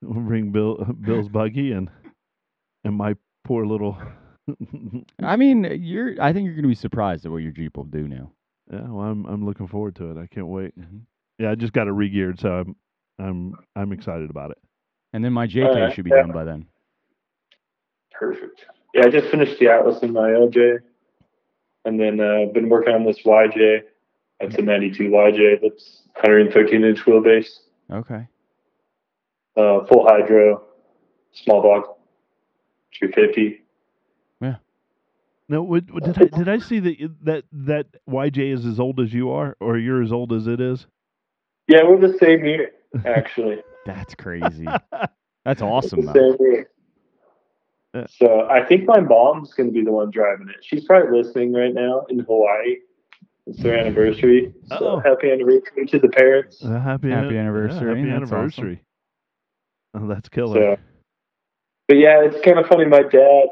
we'll bring Bill Bill's buggy and and my poor little. yeah, I mean, you're. I think you're going to be surprised at what your Jeep will do now. well, I'm I'm looking forward to it. I can't wait. Mhm. Yeah, I just got it regeared, so I'm I'm I'm excited about it. And then my JK Alright, should be yeah. done by then. Perfect. Yeah, I just finished the Atlas in my LJ, and then uh, been working on this YJ. That's a '92 YJ. That's 113 inch wheelbase, Okay. uh, full hydro, small block, 250. No, would, would- did I did I see that you- that that YJ is as old as you are, or you're as old as it is? Yeah, we're the same year, actually. That's crazy. that's awesome the though. same year. Yeah. So I think my mom's gonna be the one driving it. She's probably listening right now in Hawaii. It's their anniversary. So Oh. happy anniversary to the parents. Uh, happy Happy yeah, anniversary, happy that's awesome. anniversary. Oh, that's killer. So, but yeah, it's kind of funny. My dad,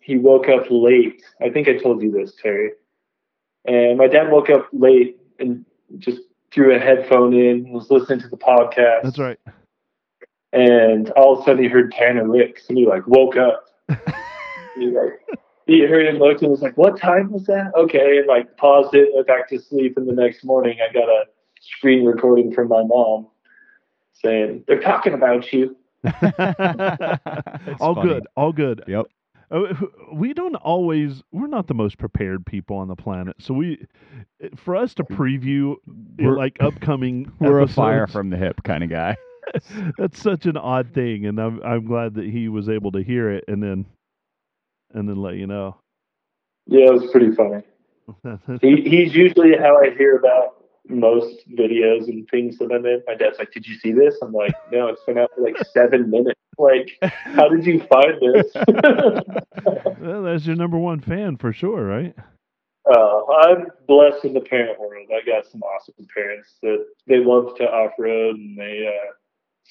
he woke up late. I think I told you this, Terry. And my dad woke up late and just threw a headphone in, was listening to the podcast. That's right. And all of a sudden, he heard Tanner Licks, and he like woke up. he like he heard and looked and was like, "What time was that?" Okay, and like paused it, went back to sleep, and the next morning, I got a screen recording from my mom saying, "They're talking about you." That's all funny. good. All good. Yep. Oh, We don't always. We're not the most prepared people on the planet, so we, eh, for us to preview eh, We're- like upcoming, We're a fire episodes, from the hip kind of guy. That's such an odd thing, and I'm I'm glad that he was able to hear it and then, and then let you know. Yeah, it was pretty funny. He, he's usually how I hear about most videos and things that I'm in. My dad's like, "Did you see this?" I'm like, "No, it's been out for like seven minutes. Like, how did you find this?" well, that's your number one fan for sure, right? uh, I'm blessed in the parent world. I got some awesome parents that they love to off road and they uh,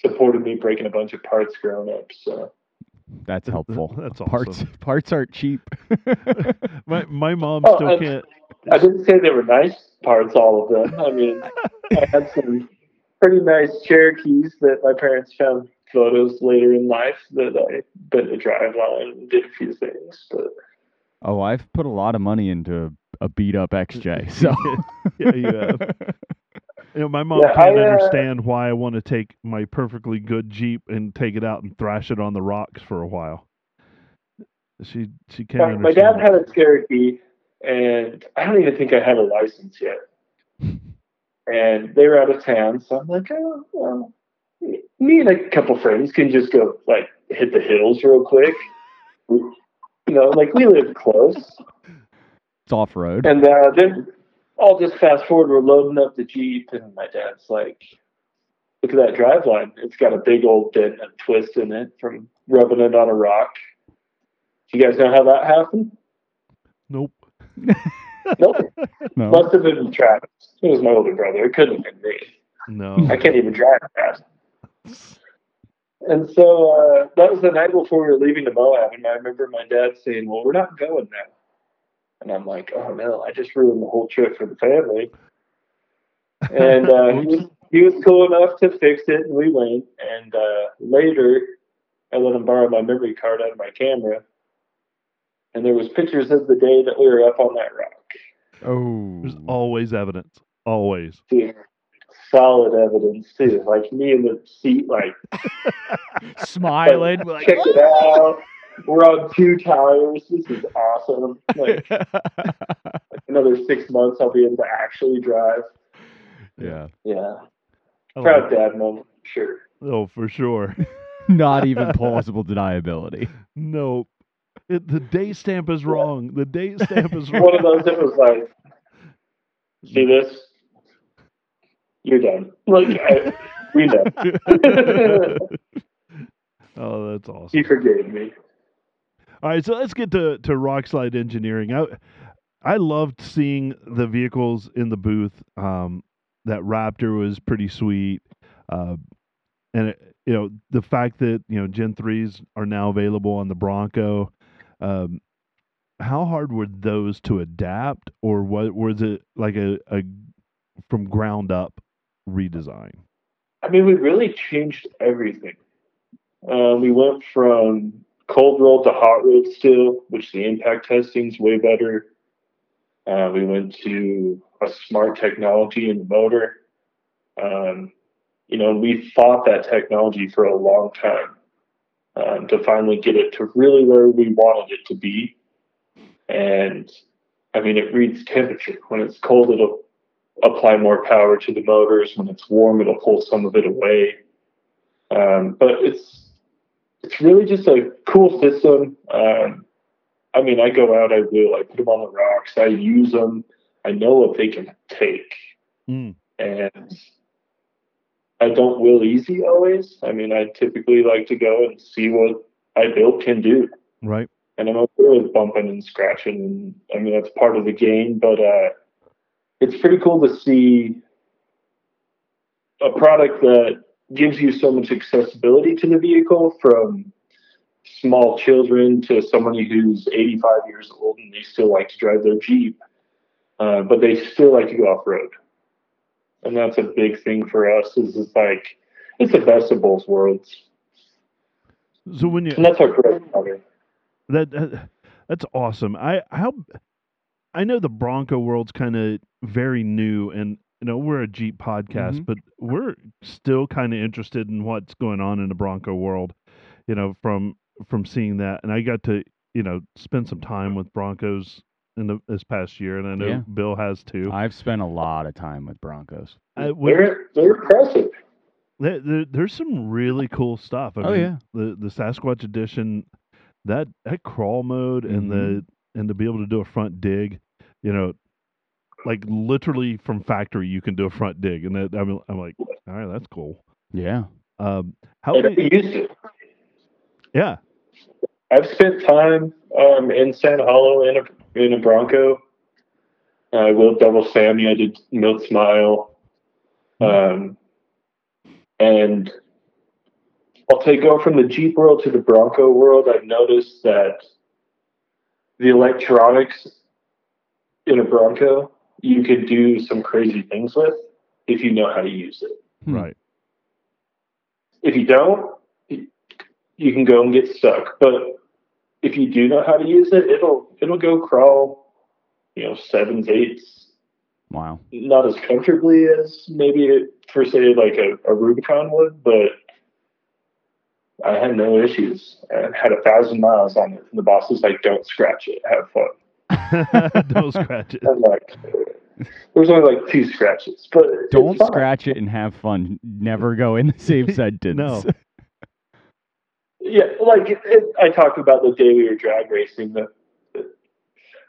supported me breaking a bunch of parts growing up. So That's helpful. That's Parts awesome. parts aren't cheap. My my mom Oh, still I- can't. I didn't say they were nice parts, all of them. I mean, I had some pretty nice Cherokees that my parents found photos later in life that I put a drive on and did a few things. But oh, I've put a lot of money into a beat up XJ. So yeah, you have. You know, my mom Yeah, can't I, uh, understand why I want to take my perfectly good Jeep and take it out and thrash it on the rocks for a while. She she can't my, understand. my dad it. had a Cherokee, and I don't even think I had a license yet. And they were out of town, so I'm like, oh, well, me and a couple friends can just go like hit the hills real quick. you know, like we live close. it's off road. And uh, then all just fast forward, we're loading up the Jeep, and my dad's like, Look at that drive line. It's got a big old dent and twist in it from rubbing it on a rock. Do you guys know how that happened? Nope. No, No. must have been Travis. It was my older brother. It couldn't have been me. No. I can't even drive fast. And so uh, that was the night before we were leaving to Moab, and I remember my dad saying, "Well, we're not going now." And I'm like, "Oh no, I just ruined the whole trip for the family." And uh, he, was, he was cool enough to fix it, and we went. And uh, later, I let him borrow my memory card out of my camera, and there was pictures of the day that we were up on that rock. Oh, There's always evidence. Always. Dude, solid evidence too. Like me in the seat, like smiling. like, check it out. We're on two tires. This is awesome. Like another six months, I'll be able to actually drive. yeah, Yeah, I proud love it. dad moment, sure. Oh, for sure. not even plausible deniability. No. It, the date stamp is wrong. The date stamp is wrong. One of those that was like, see this? You're done. Like I, we know. oh, that's awesome. He forgave me. All right, so let's get to to rock slide engineering. I I loved seeing the vehicles in the booth. Um, that Raptor was pretty sweet, uh, and it, you know the fact that you know Gen threes are now available on the Bronco. Um, how hard were those to adapt, or what was it like a, a from ground up redesign? I mean, we really changed everything. Uh, we went from cold roll to hot roll still, which the impact testing's way better. Uh, we went to a smart technology in the motor. Um, you know, we fought that technology for a long time um, to finally get it to really where we wanted it to be. And I mean, it reads temperature. When it's cold, it'll apply more power to the motors. When it's warm, it'll pull some of it away. Um, but it's it's really just a cool system. Um, I mean, I go out, I will, I put them on the rocks, I use them. I know what they can take, Mm, and I don't will easy always. I mean, I typically like to go and see what I built can do right. and I'm okay with bumping and scratching. And I mean, that's part of the game, but uh, it's pretty cool to see a product that gives you so much accessibility to the vehicle from small children to somebody who's 85 years old and they still like to drive their Jeep, uh, but they still like to go off road. And that's a big thing for us is it's like, it's the best of both worlds. So when you And that's our correct product. That, that- that's awesome. I how I know the Bronco world's kind of very new, and you know we're a Jeep podcast, Mhm. but we're still kind of interested in what's going on in the Bronco world. You know, from from seeing that, and I got to you know spend some time with Broncos in the, this past year, and I know Yeah. Bill has too. I've spent a lot of time with Broncos. I, we- They're, they're impressive. there, there- there's some really cool stuff. I Oh, mean, yeah. the the Sasquatch edition, that that crawl mode and the Mm-hmm. and to be able to do a front dig, you know, like literally from factory you can do a front dig, and that I'm I'm like, all right, that's cool. Yeah. Um, how And big? I used to. Yeah, I've spent time um, in San Hollow in a in a Bronco. I will double Sammy. I did Milt Smile, um, and I'll take over from the Jeep world to the Bronco world. I've noticed that the electronics in a Bronco you could do some crazy things with if you know how to use it. Hmm. right. If you don't, you can go and get stuck. But if you do know how to use it, it'll it'll go crawl, you know, sevens, eights, Wow. not as comfortably as maybe it, for say like a, a Rubicon would, but I had no issues and had a thousand miles on it. And the boss was like, "Don't scratch it, have fun." Don't scratch it. I'm like, "There's only like two scratches, but it's Don't fine. scratch it and have fun. Never go in the same sentence. No. Yeah, like it, it, I talked about the day we were drag racing. That that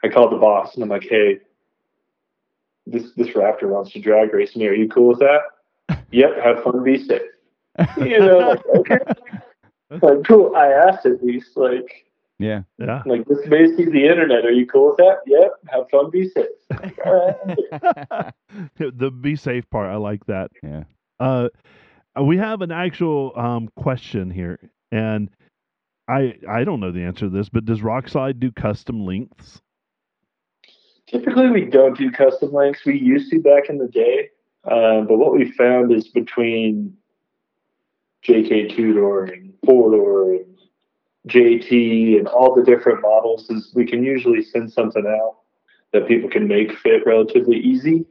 I called the boss and I'm like, "Hey, this this Raptor wants to drag race me. Are you cool with that?" yep. Have fun. Be safe. You know, like okay, like cool. I asked at least, like, Yeah. Yeah, like this may see the internet. Are you cool with that? Yep. Have fun. Be safe. Like, All right. the be safe part. I like that. yeah. Uh, Uh, We have an actual um, question here, and I I don't know the answer to this, but does Rock Slide do custom lengths? Typically, we don't do custom links. We used to back in the day, uh, but what we found is between JK two door and four door and JT and all the different models is we can usually send something out that people can make fit relatively easy.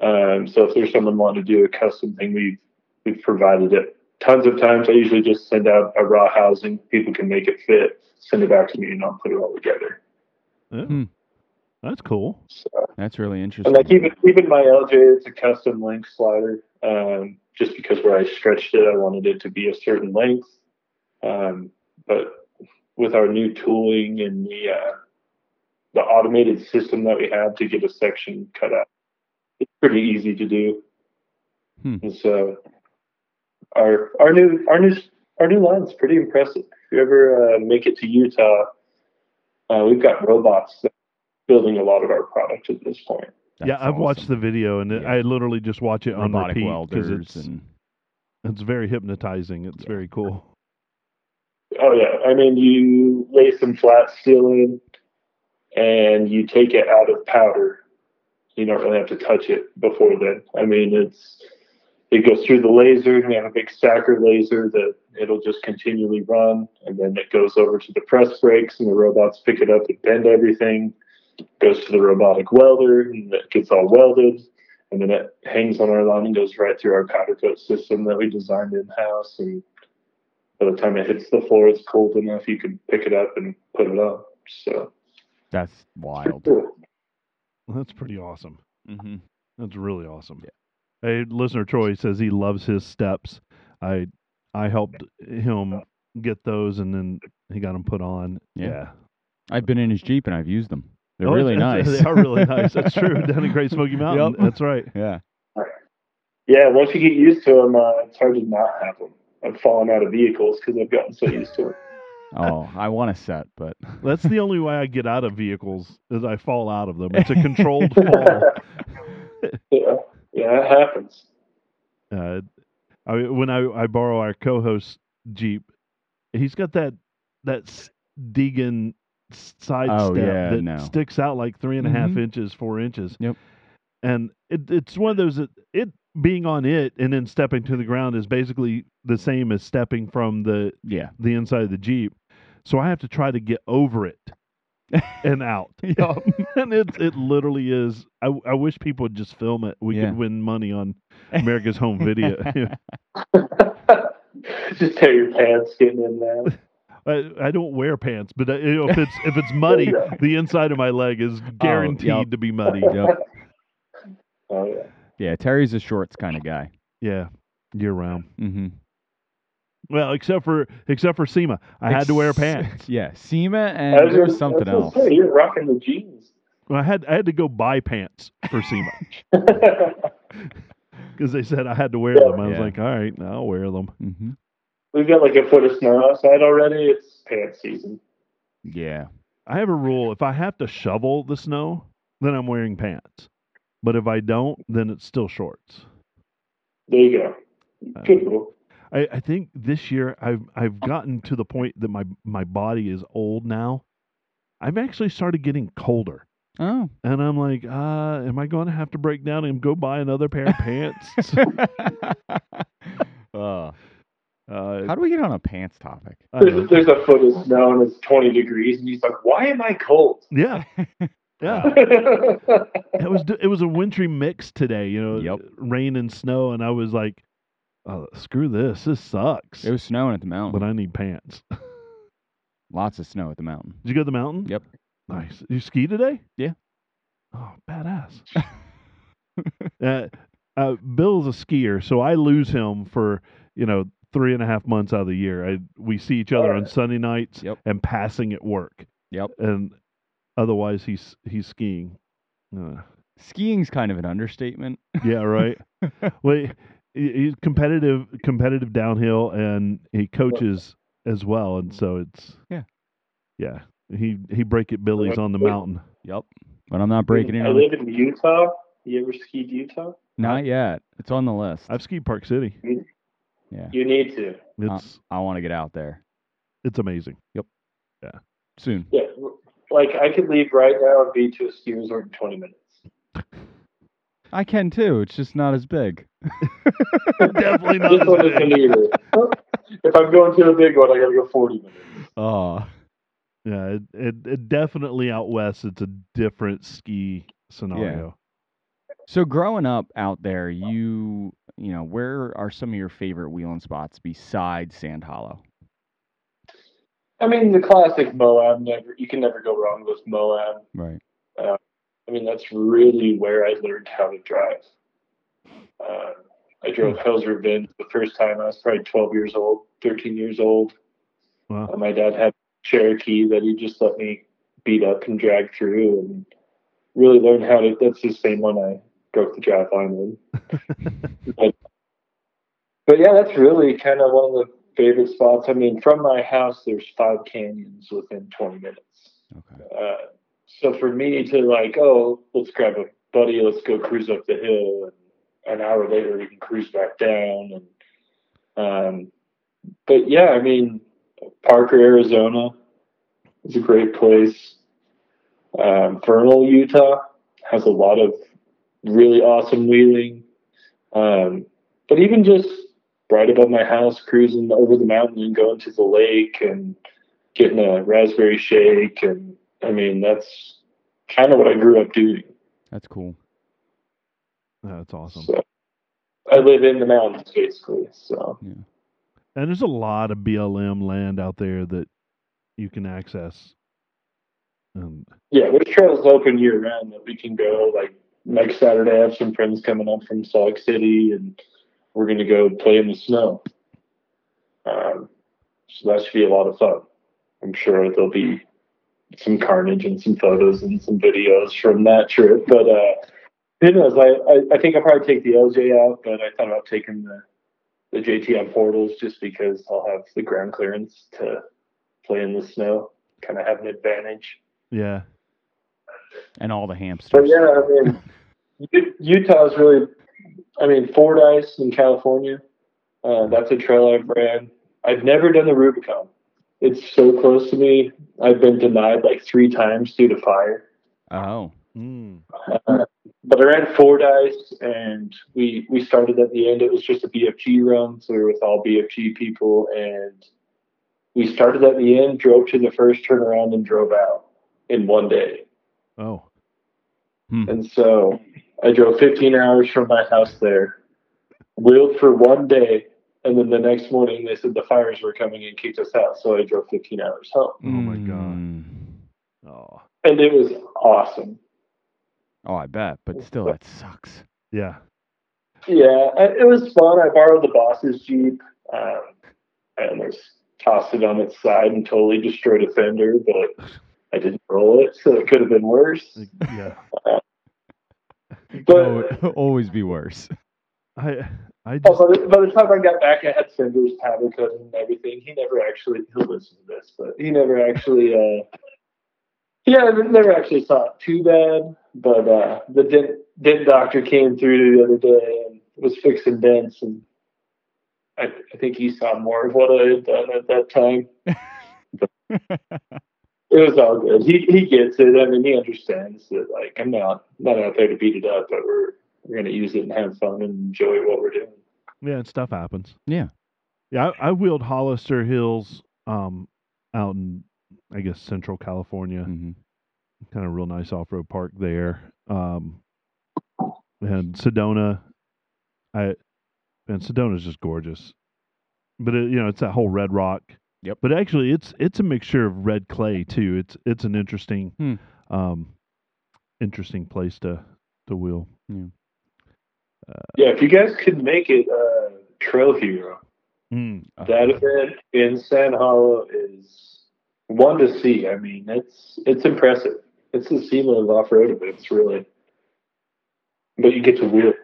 Um, so if there's someone wanting to do a custom thing, we've we've provided it tons of times. I usually just send out a raw housing. People can make it fit, send it back to me, and I'll put it all together. Yeah. Hmm. That's cool. So. That's really interesting. And like even even my LJ, it's a custom length slider. Um, just because where I stretched it, I wanted it to be a certain length. Um, but with our new tooling and the uh, the automated system that we have to get a section cut out, it's pretty easy to do. Hmm. And so our our new our new our new line's pretty impressive. If you ever uh, make it to Utah, uh, we've got robots that are building a lot of our product at this point. yeah, That's I've watched the awesome. video, and it- Yeah. I literally just watch it on robotic repeat welders it's and it's very hypnotizing. It's Yeah. very cool. Oh yeah, I mean you lay some flat steel in, and you take it out of powder. You don't really have to touch it before then. I mean it's it goes through the laser. We have a big stacker laser that it'll just continually run, and then it goes over to the press brakes, and the robots pick it up and bend everything. Goes to the robotic welder, and it gets all welded, and then it hangs on our line and goes right through our powder coat system that we designed in house and by the time it hits the floor, it's cold enough you can pick it up and put it up. So that's wild. Cool. That's pretty awesome. hmm That's really awesome. Hey, listener Troy says he loves his steps. I I helped him get those, and then he got them put on. Oh. Yeah. I've been in his jeep and I've used them. They're Oh, really that's- nice. They are really nice. That's true. Down in Great Smoky Mountain. Yep. That's right. Yeah. yeah, once you get used to them, uh, it's hard to not have them. I've fallen out of vehicles because I've gotten so used to it. Oh, I want a set, but That's the only way I get out of vehicles is I fall out of them. It's a controlled fall. yeah, yeah, it happens. Uh, I, when I, I borrow our co-host Jeep, he's got that that s- Deegan s- side Oh, step yeah, that no. sticks out like three and a half Mhm. inches, four inches. Yep. And it, it's one of those that it being on it and then stepping to the ground is basically the same as stepping from the yeah. the inside of the Jeep. So I have to try to get over it and out. Yup. and it it literally is. I, I wish people would just film it. We Yeah. could win money on America's Home Video. Just tear your pants getting in there. I, I don't wear pants, but uh, you know, if it's if it's muddy, Yeah. the inside of my leg is Oh, guaranteed yep. to be muddy. Yep. Oh yeah. Yeah. Terry's a shorts kind of guy. Yeah, year round. Mm-hmm. Well, except for except for SEMA, I had to wear pants. Yeah. SEMA I and was there was gonna- something I was else. gonna say, you're rocking the jeans. Well, I had I had to go buy pants for SEMA because they said I had to wear them. I was Yeah. like, all right, I'll wear them. Mm-hmm. We've got like a foot of snow outside already. It's pants season. Yeah. I have a rule: if I have to shovel the snow, then I'm wearing pants. But if I don't, then it's still shorts. There you go. Uh, Good rule. I, I think this year I've I've Oh. gotten to the point that my my body is old now. I've actually started getting colder, Oh. and I'm like, uh, am I going to have to break down and go buy another pair of pants? uh, uh, how do we get on a pants topic? I don't know. There's, there's a foot of snow and it's 20 degrees, and he's like, "Why am I cold?" yeah, yeah. yeah, it was it was a wintry mix today. You know, Yep. rain and snow, and I was like, oh, screw this, this sucks. It was snowing at the mountain. but I need pants. Lots of snow at the mountain. Did you go to the mountain? Yep. Nice. You ski today? Yeah. Oh, badass. uh, uh, Bill's a skier, so I lose him for you know three and a half months out of the year. I we see each other on Sunday nights Yep. and passing at work. Yep. And otherwise, he's he's skiing. Uh, Skiing's kind of an understatement. yeah. Right. Wait. he- He's competitive, competitive downhill, and he coaches as well, and so it's Yeah. yeah. He he break it Billy's on the mountain. Yep. But I'm not breaking in I on the live in Utah, You ever skied Utah? Not yet. It's on the list. I've skied Park City. yeah. You need to. It's I want to get out there it's amazing. soon. Yeah. Like I could leave right now and be to a ski resort in 20 minutes. I can too. It's just not as big. Definitely not This one as isn't big. either. if I'm going to a big one, I got to go 40 minutes. Oh, Yeah, it, it, it definitely out west. It's a different ski scenario. so growing up out there, you you know, where are some of your favorite wheeling spots besides Sand Hollow? I mean, the classic Moab. Never, you can never go wrong with Moab. Right. I mean, that's really where I learned how to drive. Uh, I drove Hell's Revenge the first time. I was probably 12 years old, 13 years old. Wow. Uh, my dad had a Cherokee that he just let me beat up and drag through and really learned how to. That's the same one I broke the drive line with. but, but yeah, that's really kind of one of the favorite spots. I mean, from my house, there's five canyons within 20 minutes. Okay. Uh, so for me to like, oh, let's grab a buddy, let's go cruise up the hill, and an hour later we can cruise back down. And um, but yeah, I mean, Parker, Arizona is a great place. Um, Vernal, Utah has a lot of really awesome wheeling. Um, but even just right above my house, cruising over the mountain and going to the lake and getting a raspberry shake and I mean that's kind of what I grew up doing. That's cool. Yeah, that's awesome. So I live in the mountains basically. So And there's a lot of BLM land out there that you can access. Um, yeah, there's trails open year round that we can go. Like next Saturday, I have some friends coming up from Salt Lake City, and we're gonna go play in the snow. Um, so that should be a lot of fun. I'm sure there'll be some carnage and some photos and some videos from that trip. But uh, who knows? I, I I think I'll probably take the LJ out, but I thought about taking the the JTM portals just because I'll have the ground clearance to play in the snow. Kind of have an advantage. yeah. And all the hamsters. But yeah, I mean, U- Utah's really, I mean, Fordyce in California, uh, that's a trail I've ran. I've never done the Rubicon. It's so close to me. I've been denied like three times due to fire. Oh. Mm. But I ran Fordyce, and we we started at the end. It was just a BFG run, so we were with all BFG people, and we started at the end, drove to the first turnaround, and drove out in one day. Oh. Hmm. And so I drove 15 hours from my house there, wheeled for one day, and then the next morning they said the fires were coming and kicked us out. So I drove 15 hours home. Oh my God. Mm. Oh. And it was awesome. Oh, I bet. But still, that sucks. Yeah. Yeah, I- it was fun. I borrowed the boss's Jeep um, and was tossed it on its side and totally destroyed a fender, but I didn't roll it, so it could have been worse. Like, Yeah. But Al- Oh, always be worse. I I Oh, just by, the, by the time I got back, I had Fenders, Pavlicos, and everything. He never actually, he'll listen to this, but he never actually, uh, yeah, I never actually saw it too bad. But uh, the dent, dent doctor came through the other day and was fixing dents, and I, I think he saw more of what I had done at that time. But it was all good. He he gets it. I mean, he understands that. Like, I'm not not out there to beat it up, but we're we're gonna use it and have fun and enjoy what we're doing. yeah, and stuff happens. Yeah. Yeah, I, I wheeled Hollister Hills um out in I guess central California. hmm kind of real nice off road park there. Um, and Sedona, I and Sedona is just gorgeous, but it, you know it's that whole red rock. Yep. But actually, it's it's a mixture of red clay too. It's it's an interesting, Hmm. um, interesting place to to wheel. Yeah, if you guys could make it uh, Trail Hero, Hmm. that event in San Hollow is one to see. I mean, it's it's impressive. It's the seamless off road events, really. But you get to wheel.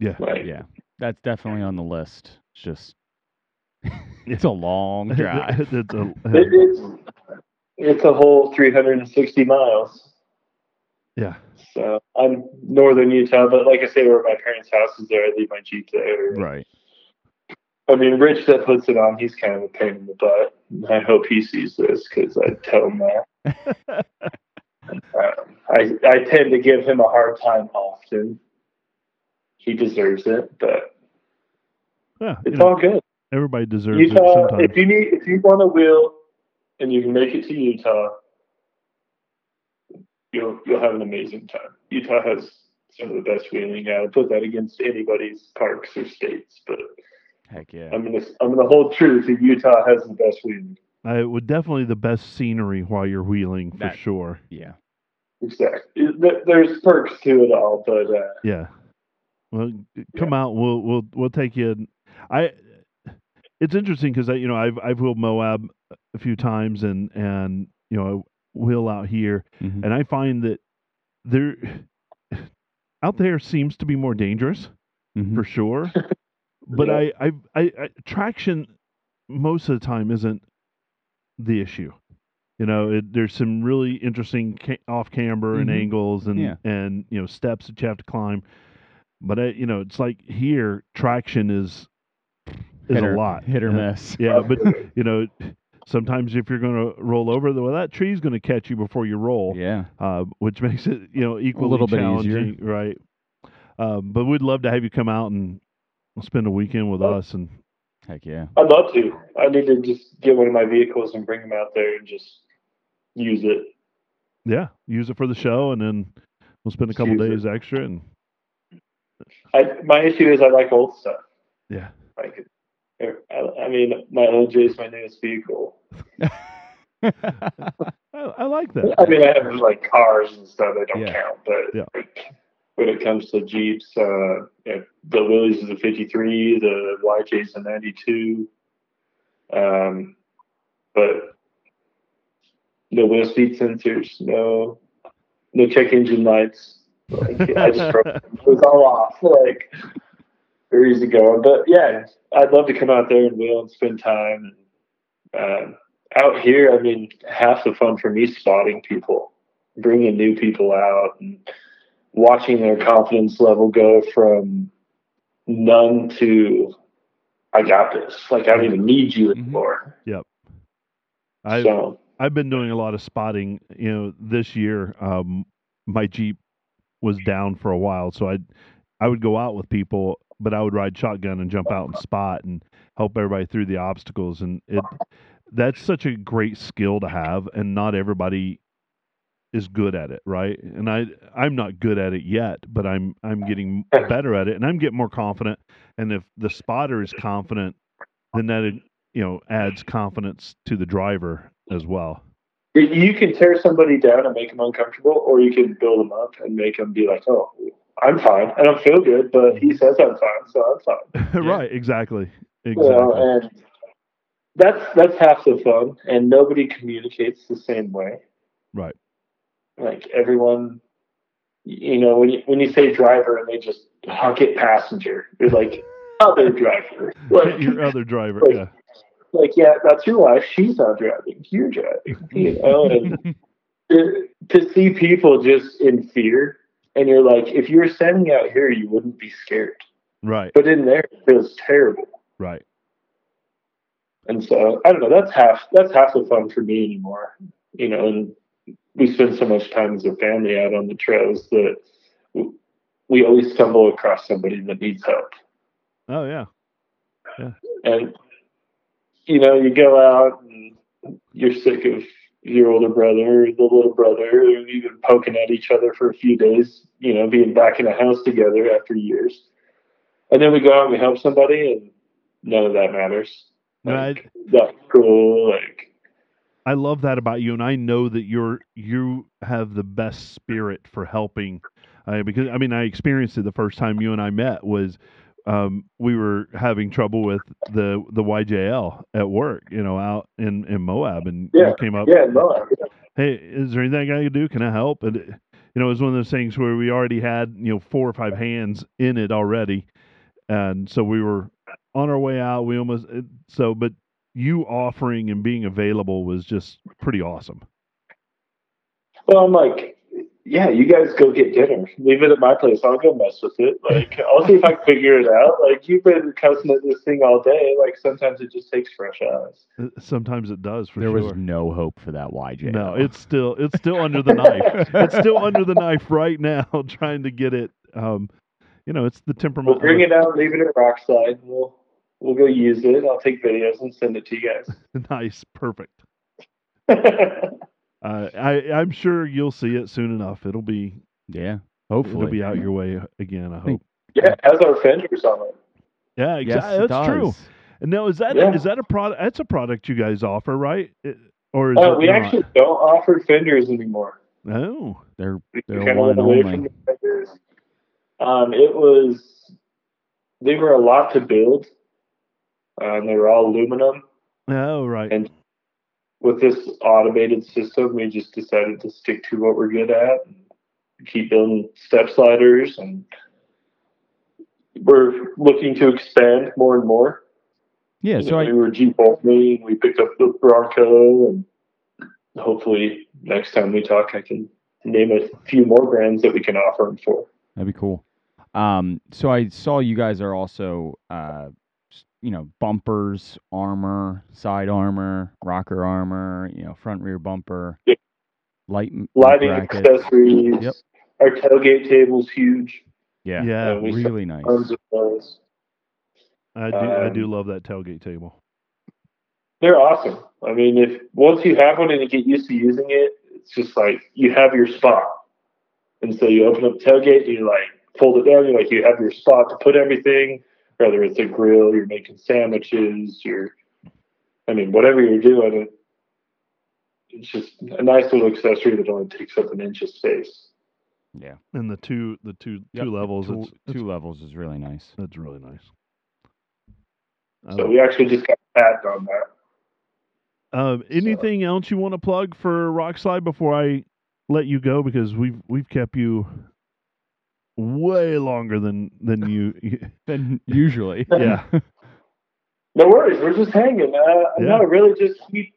Yeah. Like, yeah, that's definitely on the list. It's just it's a long drive. It's a- uh, It, it's it's a whole 360 miles. yeah. So I'm northern Utah, but like I say, where my parents' house is there, I leave my Jeep there. Right. I mean, Rich that puts it on, he's kind of a pain in the butt. I hope he sees this because I tell him that. Um, I I tend to give him a hard time often. He deserves it, but Yeah, you it's know, all good. everybody deserves it Utah, sometimes. if you need, if you want a wheel, and you can make it to Utah, you'll you'll have an amazing time. Utah has some of the best wheeling. I would put that against anybody's parks or states, but Heck yeah. I'm gonna I'm gonna hold true that Utah has the best wheeling. I would definitely the best scenery while you're wheeling for That- sure. yeah. Exactly. There- There's perks to it all, but uh, Yeah. Well, g- come out. We'll we'll we'll take you. in. I. It's interesting because I you know I've I've wheeled Moab a few times and and you know I wheel out here Mhm. and I find that there out there seems to be more dangerous Mhm. for sure. but Yeah. I, I, I, I, traction most of the time isn't the issue. You know, it, there's some really interesting ca- off camber and Mhm. angles and Yeah. and you know steps that you have to climb. But I, you know, it's like here traction is is hit a or, lot Hit or Yeah. miss. Yeah, but you know, sometimes if you're going to roll over, well, that tree's going to catch you before you roll Yeah. uh, which makes it you know equally little bit easier. challenging, right? Um, but we'd love to have you come out and spend a weekend with Oh. us, and Heck yeah. I'd love to. I need to just get one of my vehicles and bring them out there and just use it. yeah, use it for the show, and then we'll spend a couple Use it. days extra, and I, my issue is I like old stuff. yeah, Like, I, I mean, my LJ is my newest vehicle. I, I like that. I mean, I have like cars and stuff that don't Yeah. count, but Yeah. like, when it comes to Jeeps, uh, yeah, the Willys is a 53, the YJ is a 92. Um, but no wheel speed sensors, no, no check engine lights. Like, I just broke it was all off. Like, where is it going? But yeah, I'd love to come out there and wheel and spend time. Um, out here, I mean, half the fun for me is spotting people, bringing new people out, and watching their confidence level go from none to I got this. Like I don't even need you anymore. I so I've been doing a lot of spotting. You know, this year, um, my Jeep was down for a while, so I, I would go out with people, but I would ride shotgun and jump out and spot and help everybody through the obstacles. And it, that's such a great skill to have, and not everybody is good at it, right? And I, I'm not good at it yet, but I'm, I'm getting better at it, and I'm getting more confident. And if the spotter is confident, then that you know adds confidence to the driver as well. y- you can tear somebody down and make them uncomfortable, or you can build them up and make them be like, "Oh, I'm fine. I don't feel good, but he says I'm fine, so I'm fine." right, exactly. Exactly. You know, and that's that's half the fun, and nobody communicates the same way. Right. Like everyone, you know, when you when you say driver and they just honk it passenger, they're like other driver. Like, Your other driver. Like- yeah. like yeah, that's your wife. She's not driving. You're driving. You know, and to, to see people just in fear, and you're like, if you were standing out here, you wouldn't be scared, Right. but in there, it feels terrible. Right. And so I don't know. That's half. That's half the fun for me anymore. You know, and we spend so much time as a family out on the trails that w- we always stumble across somebody that needs help. Oh yeah. And you know, you go out and you're sick of your older brother, the little brother, and you've been poking at each other for a few days. You know, being back in a house together after years. And then we go out and we help somebody, and none of that matters. No, I, Like, that's cool. Like. I love that about you, and I know that you're you have the best spirit for helping, uh, because I mean I experienced it the first time you and I met was um, we were having trouble with the the YJL at work, you know, out in in Moab, and Yeah, you came up, Yeah, no, hey, is there anything I can do? Can I help? And it, you know, it was one of those things where we already had you know four or five hands in it already, and so we were on our way out. We almost it- so, but you offering and being available was just pretty awesome. Well, I'm like, yeah, you guys go get dinner. Leave it at my place. I'll go mess with it. Like, I'll see if I can figure it out. Like, you've been cussing at this thing all day. Like, sometimes it just takes fresh eyes. Uh, Sometimes it does for there sure. was no hope for that YJ. no, it's still it's still under the knife. It's still under the knife right now, trying to get it. Um, you know, it's the We'll temperament. bring it out, leave it at Rockside. We'll we'll go use it. I'll take videos and send it to you nice, perfect. guys. Uh, I I'm sure you'll see it soon enough. It'll be yeah. Hopefully it'll be out your way uh, again. I Thank- hope. yeah, it has our fenders on it. Yeah, Yes, exactly. it That's true. does. And now is that is Yeah. that a product? That's a product you guys offer, right? It- or is Uh, it we not? actually don't offer fenders anymore. oh They're We They're kinda one went away only. from the fenders. Um, it was they were a lot to build. Um, they were all aluminum. oh right. And- With this automated system, we just decided to stick to what we're good at. Keep building step sliders, and we're looking to expand more and more. yeah. You So know, I we were Jeep only. We picked up the Bronco, and hopefully next time we talk, I can name a few more brands that we can offer them for. That'd be cool. Um, so I saw you guys are also, uh, s- you know, bumpers, armor, side armor, rocker armor, you know, front rear bumper, Yeah. light m- Lighting brackets. accessories. Yep. Our tailgate table's huge. Yeah, yeah, uh, we- really nice. Tons of those. I do I do um, love that tailgate table. They're awesome. I mean, if once you have one and you get used to using it, it's just like you have your spot. And so you open up the tailgate, you like fold it down, you like you have your spot to put everything, whether it's a grill, you're making sandwiches, you're I mean, whatever you're doing, it, it's just a nice little accessory that only takes up an inch of space. Yeah, And the two the two Yep, two levels. two, it's, it's- two levels is really nice. that's really nice. Oh. I So like- we actually just got a patent on that. Um, anything else you want to plug for Rockslide before I let you go because we've we've kept you way longer than than you. you- Then usually, Yeah. No worries. We're just hanging. Uh, Yeah. No, really, just keep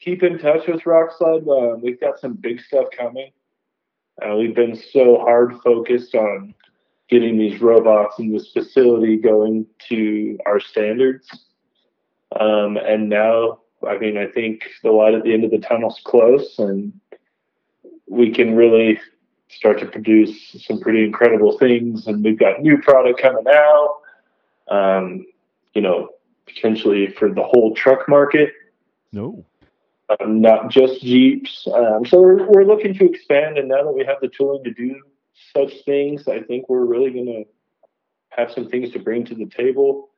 keep in touch with Rockslide. Uh, we've got some big stuff coming. Uh, we've been so hard focused on getting these robots in this facility going to our standards, um, and now, I mean, I think the light at the end of the tunnel's close, and we can really start to produce some pretty incredible things. And we've got new product coming out. Um, you know, potentially for the whole truck market, no. um, not just Jeeps. Um, so we're, we're looking to expand, and now that we have the tooling to do such things, I think we're really going to have some things to bring to the table.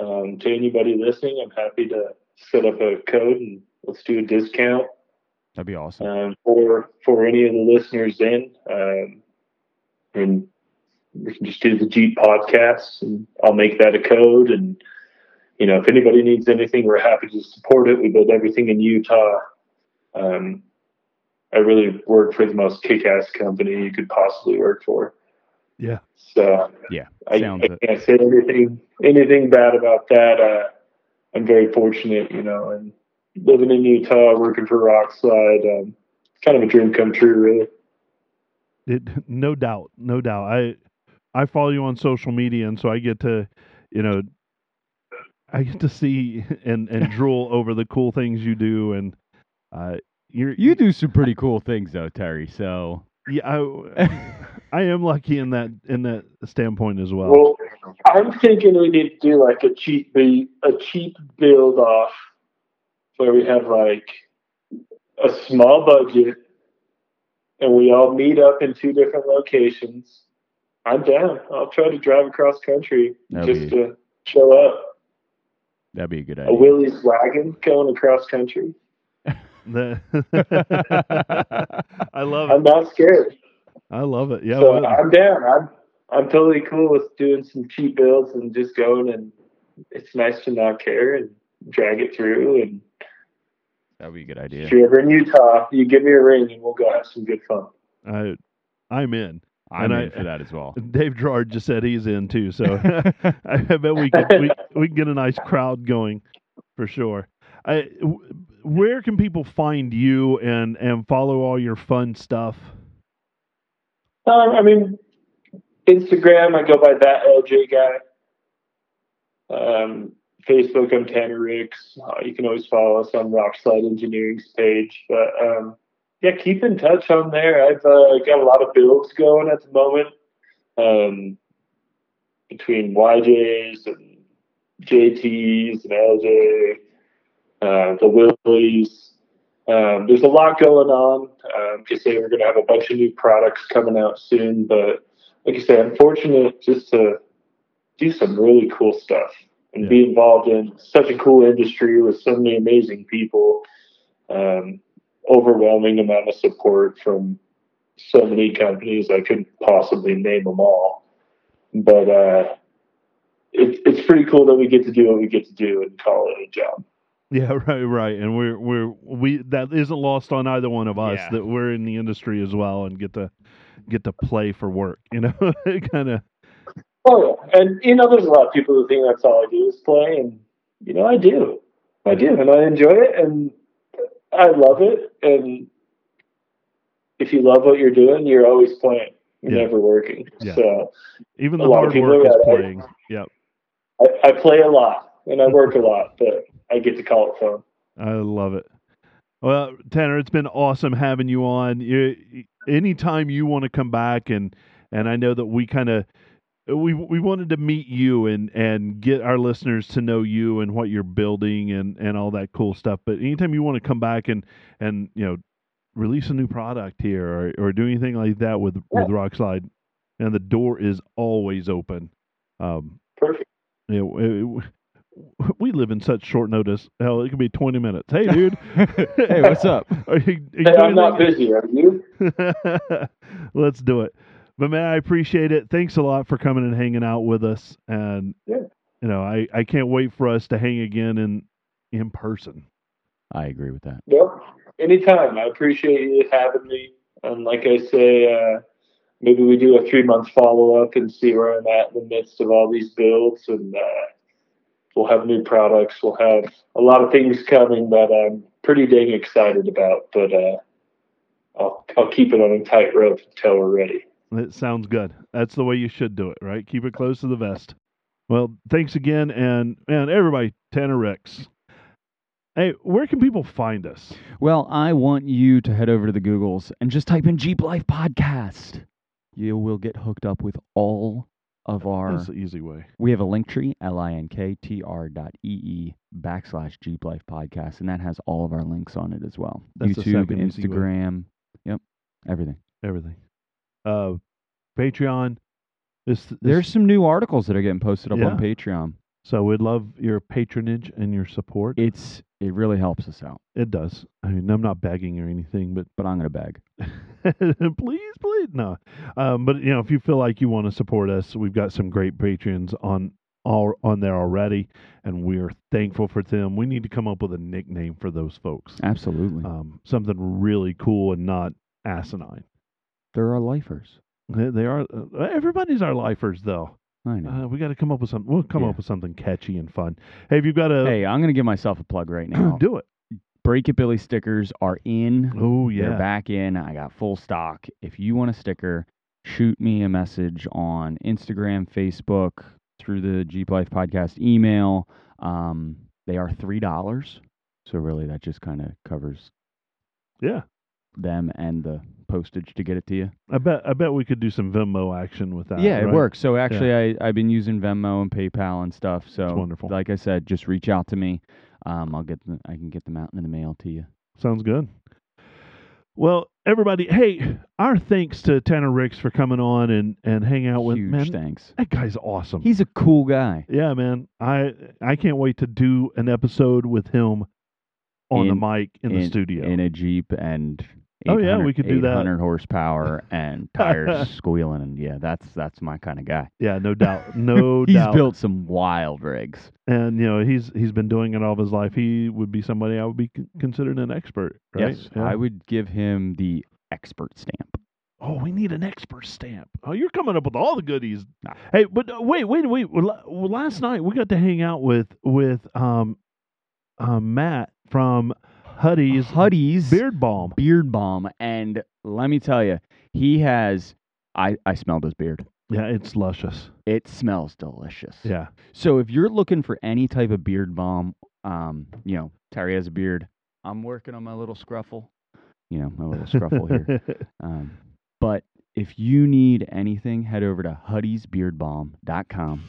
Um, to anybody listening, I'm happy to set up a code and let's do a discount that'd be awesome. um, for for any of the listeners in. Um, and we can just do the Jeep podcast, and I'll make that a code. And you know, if anybody needs anything, we're happy to support it. We build everything in Utah. Um, I really work for the most kick-ass company you could possibly work for. Yeah. So Yeah, I, sounds I it. can't say anything anything bad about that. Uh, I'm very fortunate, you know, and living in Utah, working for Rockslide, um, it's kind of a dream come true, really. It, no doubt, no doubt. I I follow you on social media, and so I get to, you know, I get to see and and drool over the cool things you do, and uh, you're You do some pretty cool things though, Terry. So yeah. I, I am lucky in that in that standpoint as well. Well, I'm thinking we need to do like a cheap be- a cheap build off where we have like a small budget and we all meet up in two different locations. I'm down. I'll try to drive across country That'd just be- to show up. that'd be a good A idea. Willie's wagon going across country. The- I love I'm it. not scared. I love it. Yeah. so well, I'm down. I'm I'm totally cool with doing some cheap builds and just going and it's nice to not care and drag it through and That'd be a good if idea. you're ever in Utah, you give me a ring and we'll go have some good fun. I, I'm in. And I'm in I- for that as well. Dave Gerard just said he's in too. So I bet we can we, we can get a nice crowd going for sure. I, wh- where can people find you and and follow all your fun stuff? Um, I mean, Instagram, I go by that LJ guy. Um, Facebook, I'm Tanner Ricks. Uh, you can always follow us on Rockslide Engineering's page. But um, yeah, keep in touch on there. I've uh, got a lot of builds going at the moment um, between YJs and JTs and LJ, uh, the Willies. Um, there's a lot going on. Um, like I say, we're going to have a bunch of new products coming out soon. But like I say, I'm fortunate just to do some really cool stuff and Yeah. be involved in such a cool industry with so many amazing people. Um, overwhelming amount of support from so many companies. I couldn't possibly name them all, but uh, it, it's pretty cool that we get to do what we get to do and call it a job. Yeah, right, right. And we're we're we that isn't lost on either one of us Yeah. that we're in the industry as well and get to get to play for work. You know, kind of Oh yeah, and you know, there's a lot of people who think that's all I do is play, and you know, I do, I do, and I enjoy it, and I love it, and if you love what you're doing, you're always playing. You're Yeah. never working. Yeah. So even A the lot of hard people work are is like- playing. Yep, I, I play a lot and I work a lot, but I get to call it fun. I love it. Well, Tanner, it's been awesome having you on. You, anytime you want to come back, and and I know that we kind of we we wanted to meet you and and get our listeners to know you and what you're building and and all that cool stuff. But anytime you want to come back and and you know release a new product here or or do anything like that with with Rockslide, and the door is always open. Um, Perfect. you know, it- it- we live in such short notice. Hell, it could be twenty minutes. Hey, dude. hey, what's up? Are you, are you Hey, doing I'm not that? busy, are you? Let's do it. But man, I appreciate it. Thanks a lot for coming and hanging out with us. And Yeah. you know, I, I can't wait for us to hang again in in person. I agree with that. Nope. Anytime. I appreciate you having me. And like I say, uh, maybe we do a three month follow up and see where I'm at in the midst of all these builds. And uh, we'll have new products. We'll have a lot of things coming that I'm pretty dang excited about. But uh, I'll, I'll keep it on a tightrope until we're ready. That sounds good. That's the way you should do it, right? Keep it close to the vest. Well, thanks again, and and everybody, Tanner Rex. Hey, where can people find us? Well, I want you to head over to the Googles and just type in Jeep Life Podcast. You will get hooked up with all of our. That's the easy way. We have a link tree, L I N K T R dot E E backslash Jeep Life Podcast, and that has all of our links on it as well. That's the YouTube, second easy way. Instagram. Yep. Everything. Everything. Uh, Patreon. This, this There's some new articles that are getting posted up on Yeah. Patreon. So we'd love your patronage and your support. It, It's it really helps us out. does. I mean, I'm not begging or anything, but But I'm gonna beg. please, please, no. Um, but you know, if you feel like you want to support us, we've got some great patrons on all on there already, and we're thankful for them. We need to come up with a nickname for those folks. Absolutely. Um, something really cool and not asinine. there are lifers. They they are uh, everybody's our lifers though. I know. Uh, we got to come up with something. We'll come Yeah. up with something catchy and fun. Hey, if you've got a hey, I'm gonna give myself a plug right now. do it. Break It Billy stickers are in. Oh yeah, They're back in. I got full stock. If you want a sticker, shoot me a message on Instagram, Facebook, through the Jeep Life Podcast email. Um, they are three dollars. So really that just kind of covers yeah. them and the postage to get it to you. I bet I bet we could do some Venmo action with that. yeah, it right? works. So actually I, I've been using Venmo and PayPal and stuff. So wonderful. like I said, just reach out to me. Um, I'll get the, I can get them out in the mail to you. Sounds good. Well, everybody, hey, our thanks to Tanner Ricks for coming on and and hang out with Huge man. thanks. That guy's awesome. He's a cool guy. yeah, man. I I can't wait to do an episode with him on the In- mic in, the studio. in a jeep and Oh, yeah, 800 we could do that. 800 horsepower and tires squealing and yeah that's that's my kind of guy yeah, no doubt. No he's doubt. built some wild rigs and you know, he's he's been doing it all of his life. He would be somebody I would be con- considered an expert, right? yes Yeah. i would give him the expert stamp Oh, we need an expert stamp. Oh, you're coming up with all the goodies. Hey, but uh, wait, wait, wait. Well, la- well, last night we got to hang out with with um, uh, Matt from Huddy's Oh, huddy's Beard Balm. beard bomb and let me tell you he has I, I smelled his beard. Yeah, it's luscious. It smells delicious. Yeah. So if you're looking for any type of beard balm, um, you know, Terry has a beard. I'm working on my little scruffle. You know, my little scruffle here. Um, but if you need anything, head over to huddiesbeardbalm.com.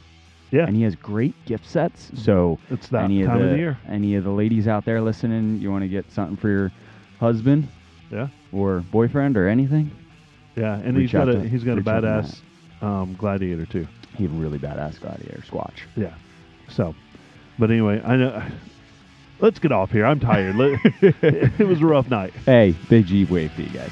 Yeah. And he has great gift sets. So it's that any of time the of the year. any of the ladies out there listening, you want to get something for your husband, Yeah. or boyfriend or anything, Yeah, and he's Reach got out a to- he's got a reach out to badass um, gladiator too. he had a really badass gladiator squatch. Yeah. So, but anyway, I know. Let's get off here. I'm tired. Let- it was a rough night. Hey, big G wave for you guys.